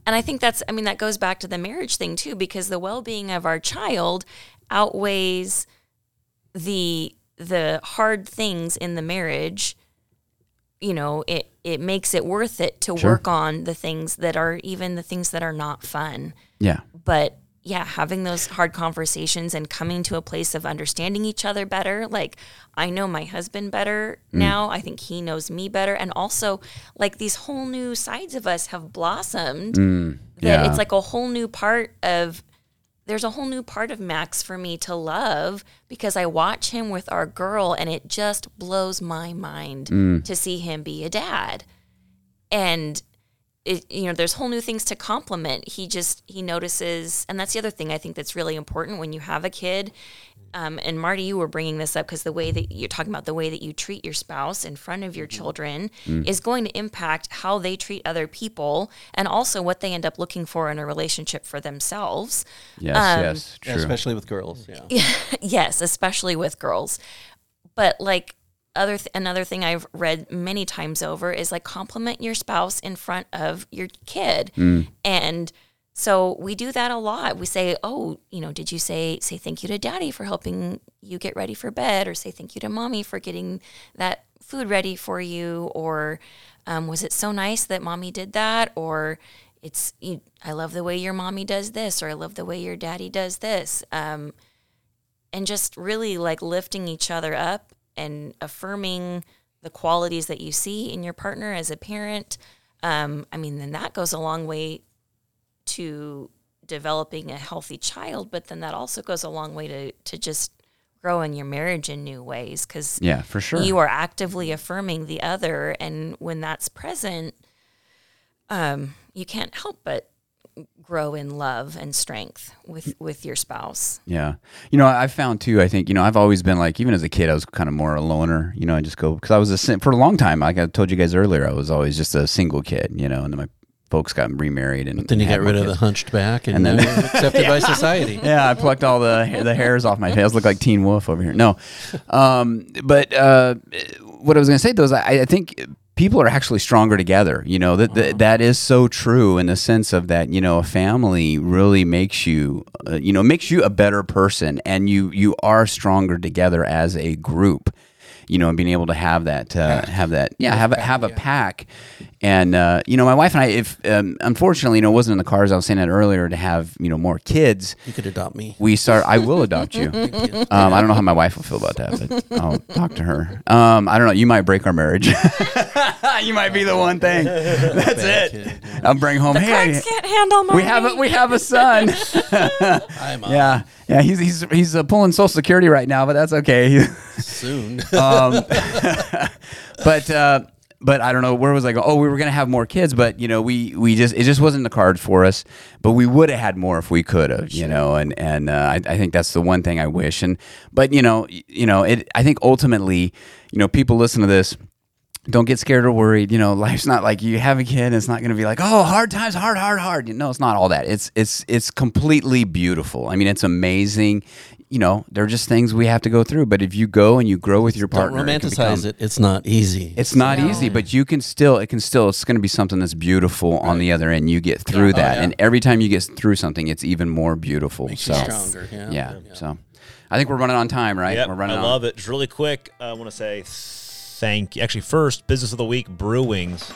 S5: and I think that's I mean that goes back to the marriage thing too because the well-being of our child outweighs the the hard things in the marriage you know it it makes it worth it to work on the things that are even the things that are not fun
S4: Yeah,
S5: but yeah, having those hard conversations and coming to a place of understanding each other better. Like, I know my husband better now. I think he knows me better. And also, like, these whole new sides of us have blossomed. that
S4: yeah.
S5: It's like a whole new part of, there's a whole new part of Max for me to love because I watch him with our girl and it just blows my mind to see him be a dad. And it, you know there's whole new things to complement he just he notices and that's the other thing i think that's really important when you have a kid um, and marty you were bringing this up because the way that you're talking about the way that you treat your spouse in front of your children is going to impact how they treat other people and also what they end up looking for in a relationship for themselves
S4: Yes,
S5: Um,
S4: yes,
S3: Yeah,
S4: true.
S3: especially with girls. Yeah.
S5: yes, especially with girls. But like other th- another thing I've read many times over is like compliment your spouse in front of your kid. And so we do that a lot. We say, "Oh, you know, did you say say thank you to daddy for helping you get ready for bed or say thank you to mommy for getting that food ready for you or um, was it so nice that mommy did that or it's you, I love the way your mommy does this or I love the way your daddy does this." Um and just really like lifting each other up and affirming the qualities that you see in your partner as a parent. Um, I mean, then that goes a long way to developing a healthy child, but then that also goes a long way to to just growing your marriage in new ways because
S4: Yeah, for sure.
S5: you are actively affirming the other, and when that's present, um, you can't help but grow in love and strength with with your spouse.
S4: Yeah. You know, I found too, I think, you know, I've always been like, even as a kid, I was kind of more a loner. You know, I just go, because I was a, sin- for a long time, like I told you guys earlier, I was always just a single kid, you know, and then my folks got remarried. And
S3: Then you
S4: had
S3: got
S4: more
S3: rid of
S4: kids.
S3: the hunched back and,
S4: And
S3: then
S4: then-
S3: accepted by society.
S4: Yeah, I plucked all the the hairs off my face. I look like Teen Wolf over here. No, um, but uh, what I was gonna say though is I, I think people are actually stronger together. You know that that that is so true in the sense of that you know a family really makes you uh, you know makes you a better person, and you you are stronger together as a group. You know, and being able to have that, uh, have that, yeah, have a, have a pack, and uh, you know, my wife and I, if um, unfortunately, you know, it wasn't in the cars. I was saying that earlier to have you know more kids
S3: You could adopt me.
S4: we start i will adopt you um, i don't know how my wife will feel about that but i'll talk to her um, i don't know you might break our marriage you might be the one thing that's it i'll bring home
S5: The
S4: hey
S5: cracks can't handle my
S4: we have a, we have a son
S3: I'm up
S4: yeah yeah he's he's he's uh, pulling social security right now but that's okay
S3: soon.
S4: but uh, but I don't know where was I going. Oh, we were gonna have more kids, but you know, we we just it just wasn't in the card for us. But we would have had more if we could have, you know. And and uh, I, I think that's the one thing I wish. And but you know, y- you know, it. I think ultimately, you know, people listen to this. Don't get scared or worried. You know, life's not like you have a kid. and It's not going to be like, oh, hard times, hard, hard, hard. You know, it's not all that. It's it's it's completely beautiful. I mean, it's amazing. You know, they're just things we have to go through. But if you go and you grow with your
S3: Don't
S4: partner, it can become-
S3: romanticize it. It's not easy.
S4: it's not easy, but you can still, it can still, it's going to be something that's beautiful on the other end. You get through that.
S3: yeah.
S4: And every time you get through something, it's even more beautiful. so,
S3: stronger. Yeah.
S4: yeah, So, I think we're running on time, right?
S2: Yep,
S4: we're running
S2: I
S4: on.
S2: love it. It's really quick. I want to say thank you. Actually, first, business of the week, Brewings.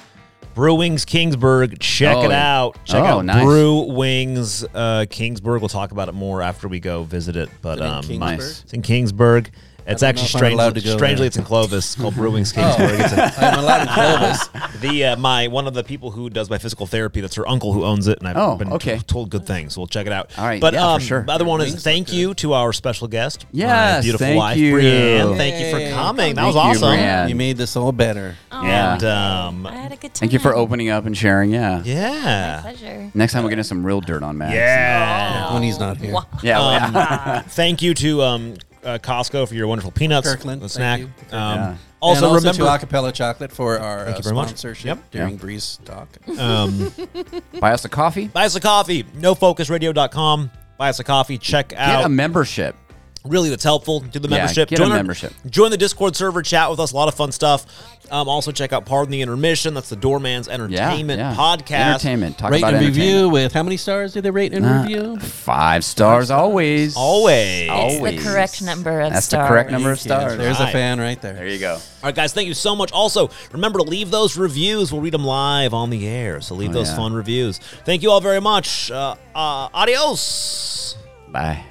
S2: Brewings Kingsburg. Check
S4: Oh,
S2: it out. Check
S4: oh,
S2: out
S4: nice.
S2: Brew Wings uh, Kingsburg. We'll talk about it more after we go visit it. But
S3: it in
S2: um,
S3: Kingsburg?
S2: my-
S3: Nice.
S2: it's in Kingsburg. It's actually
S3: if I'm
S2: strange.
S3: allowed to go
S2: Strangely,
S3: there. Oh.
S2: it's in Clovis. It's called Brewings Kingsburg. It's a-
S3: I'm allowed in Clovis.
S2: the uh, my one of the people who does my physical therapy. That's her uncle who owns it, and I've
S4: Oh,
S2: been
S4: okay.
S2: t- told good things. So we'll check it out.
S4: All right,
S2: but
S4: yeah, for
S2: um,
S4: sure.
S2: the other one is thank you to our special guest. my
S4: Yes,
S2: beautiful
S4: thank
S2: wife,
S4: you.
S2: Brianne. Thank you for coming. That was
S4: Thank you,
S2: awesome.
S4: Brianne.
S3: You made this all better.
S5: Aw,
S2: And um,
S5: I had a good time.
S4: Thank you for opening up and sharing. Yeah.
S2: yeah,
S5: Pleasure.
S4: Next time we'll get into some real dirt on Max.
S2: yeah.
S3: When he's not here.
S5: Wow.
S4: Yeah. yeah.
S2: Thank you to um, uh, Costco for your wonderful peanuts,
S3: Kirkland,
S2: the
S3: thank
S2: snack.
S3: you.
S2: Um,
S4: Yeah.
S2: Also,
S3: and also
S2: remember.
S3: to Acapella Chocolate for our uh,
S2: you very much.
S3: sponsorship
S2: Yep.
S3: during
S4: Yeah.
S3: Breeze Talk.
S2: um,
S4: Buy us a coffee.
S2: Buy us a coffee, nofocusradio.com. Buy us a coffee. Check
S4: Get
S2: out
S4: a membership.
S2: really that's helpful to the
S4: Yeah,
S2: membership.
S4: get a
S2: our-
S4: membership.
S2: Join the Discord server, chat with us, a lot of fun stuff. Um, also check out Pardon the Intermission. That's the Doorman's
S4: Yeah,
S2: Entertainment
S4: yeah.
S2: podcast.
S4: Entertainment. Talk
S3: Rate
S4: about
S3: and
S4: entertainment.
S3: review with how many stars do they rate and review?
S4: Five stars always.
S2: Always.
S5: It's
S4: Always.
S5: the correct number of
S4: That's
S5: stars.
S4: the correct number of
S3: Yeah,
S4: stars.
S3: There's
S2: Right.
S3: a fan right there.
S4: There you go.
S2: All right, guys, thank you so much. Also, remember to leave those reviews. We'll read them live on the air. So leave those
S4: Oh, yeah.
S2: fun reviews. Thank you all very much. Uh, uh, adios.
S4: Bye.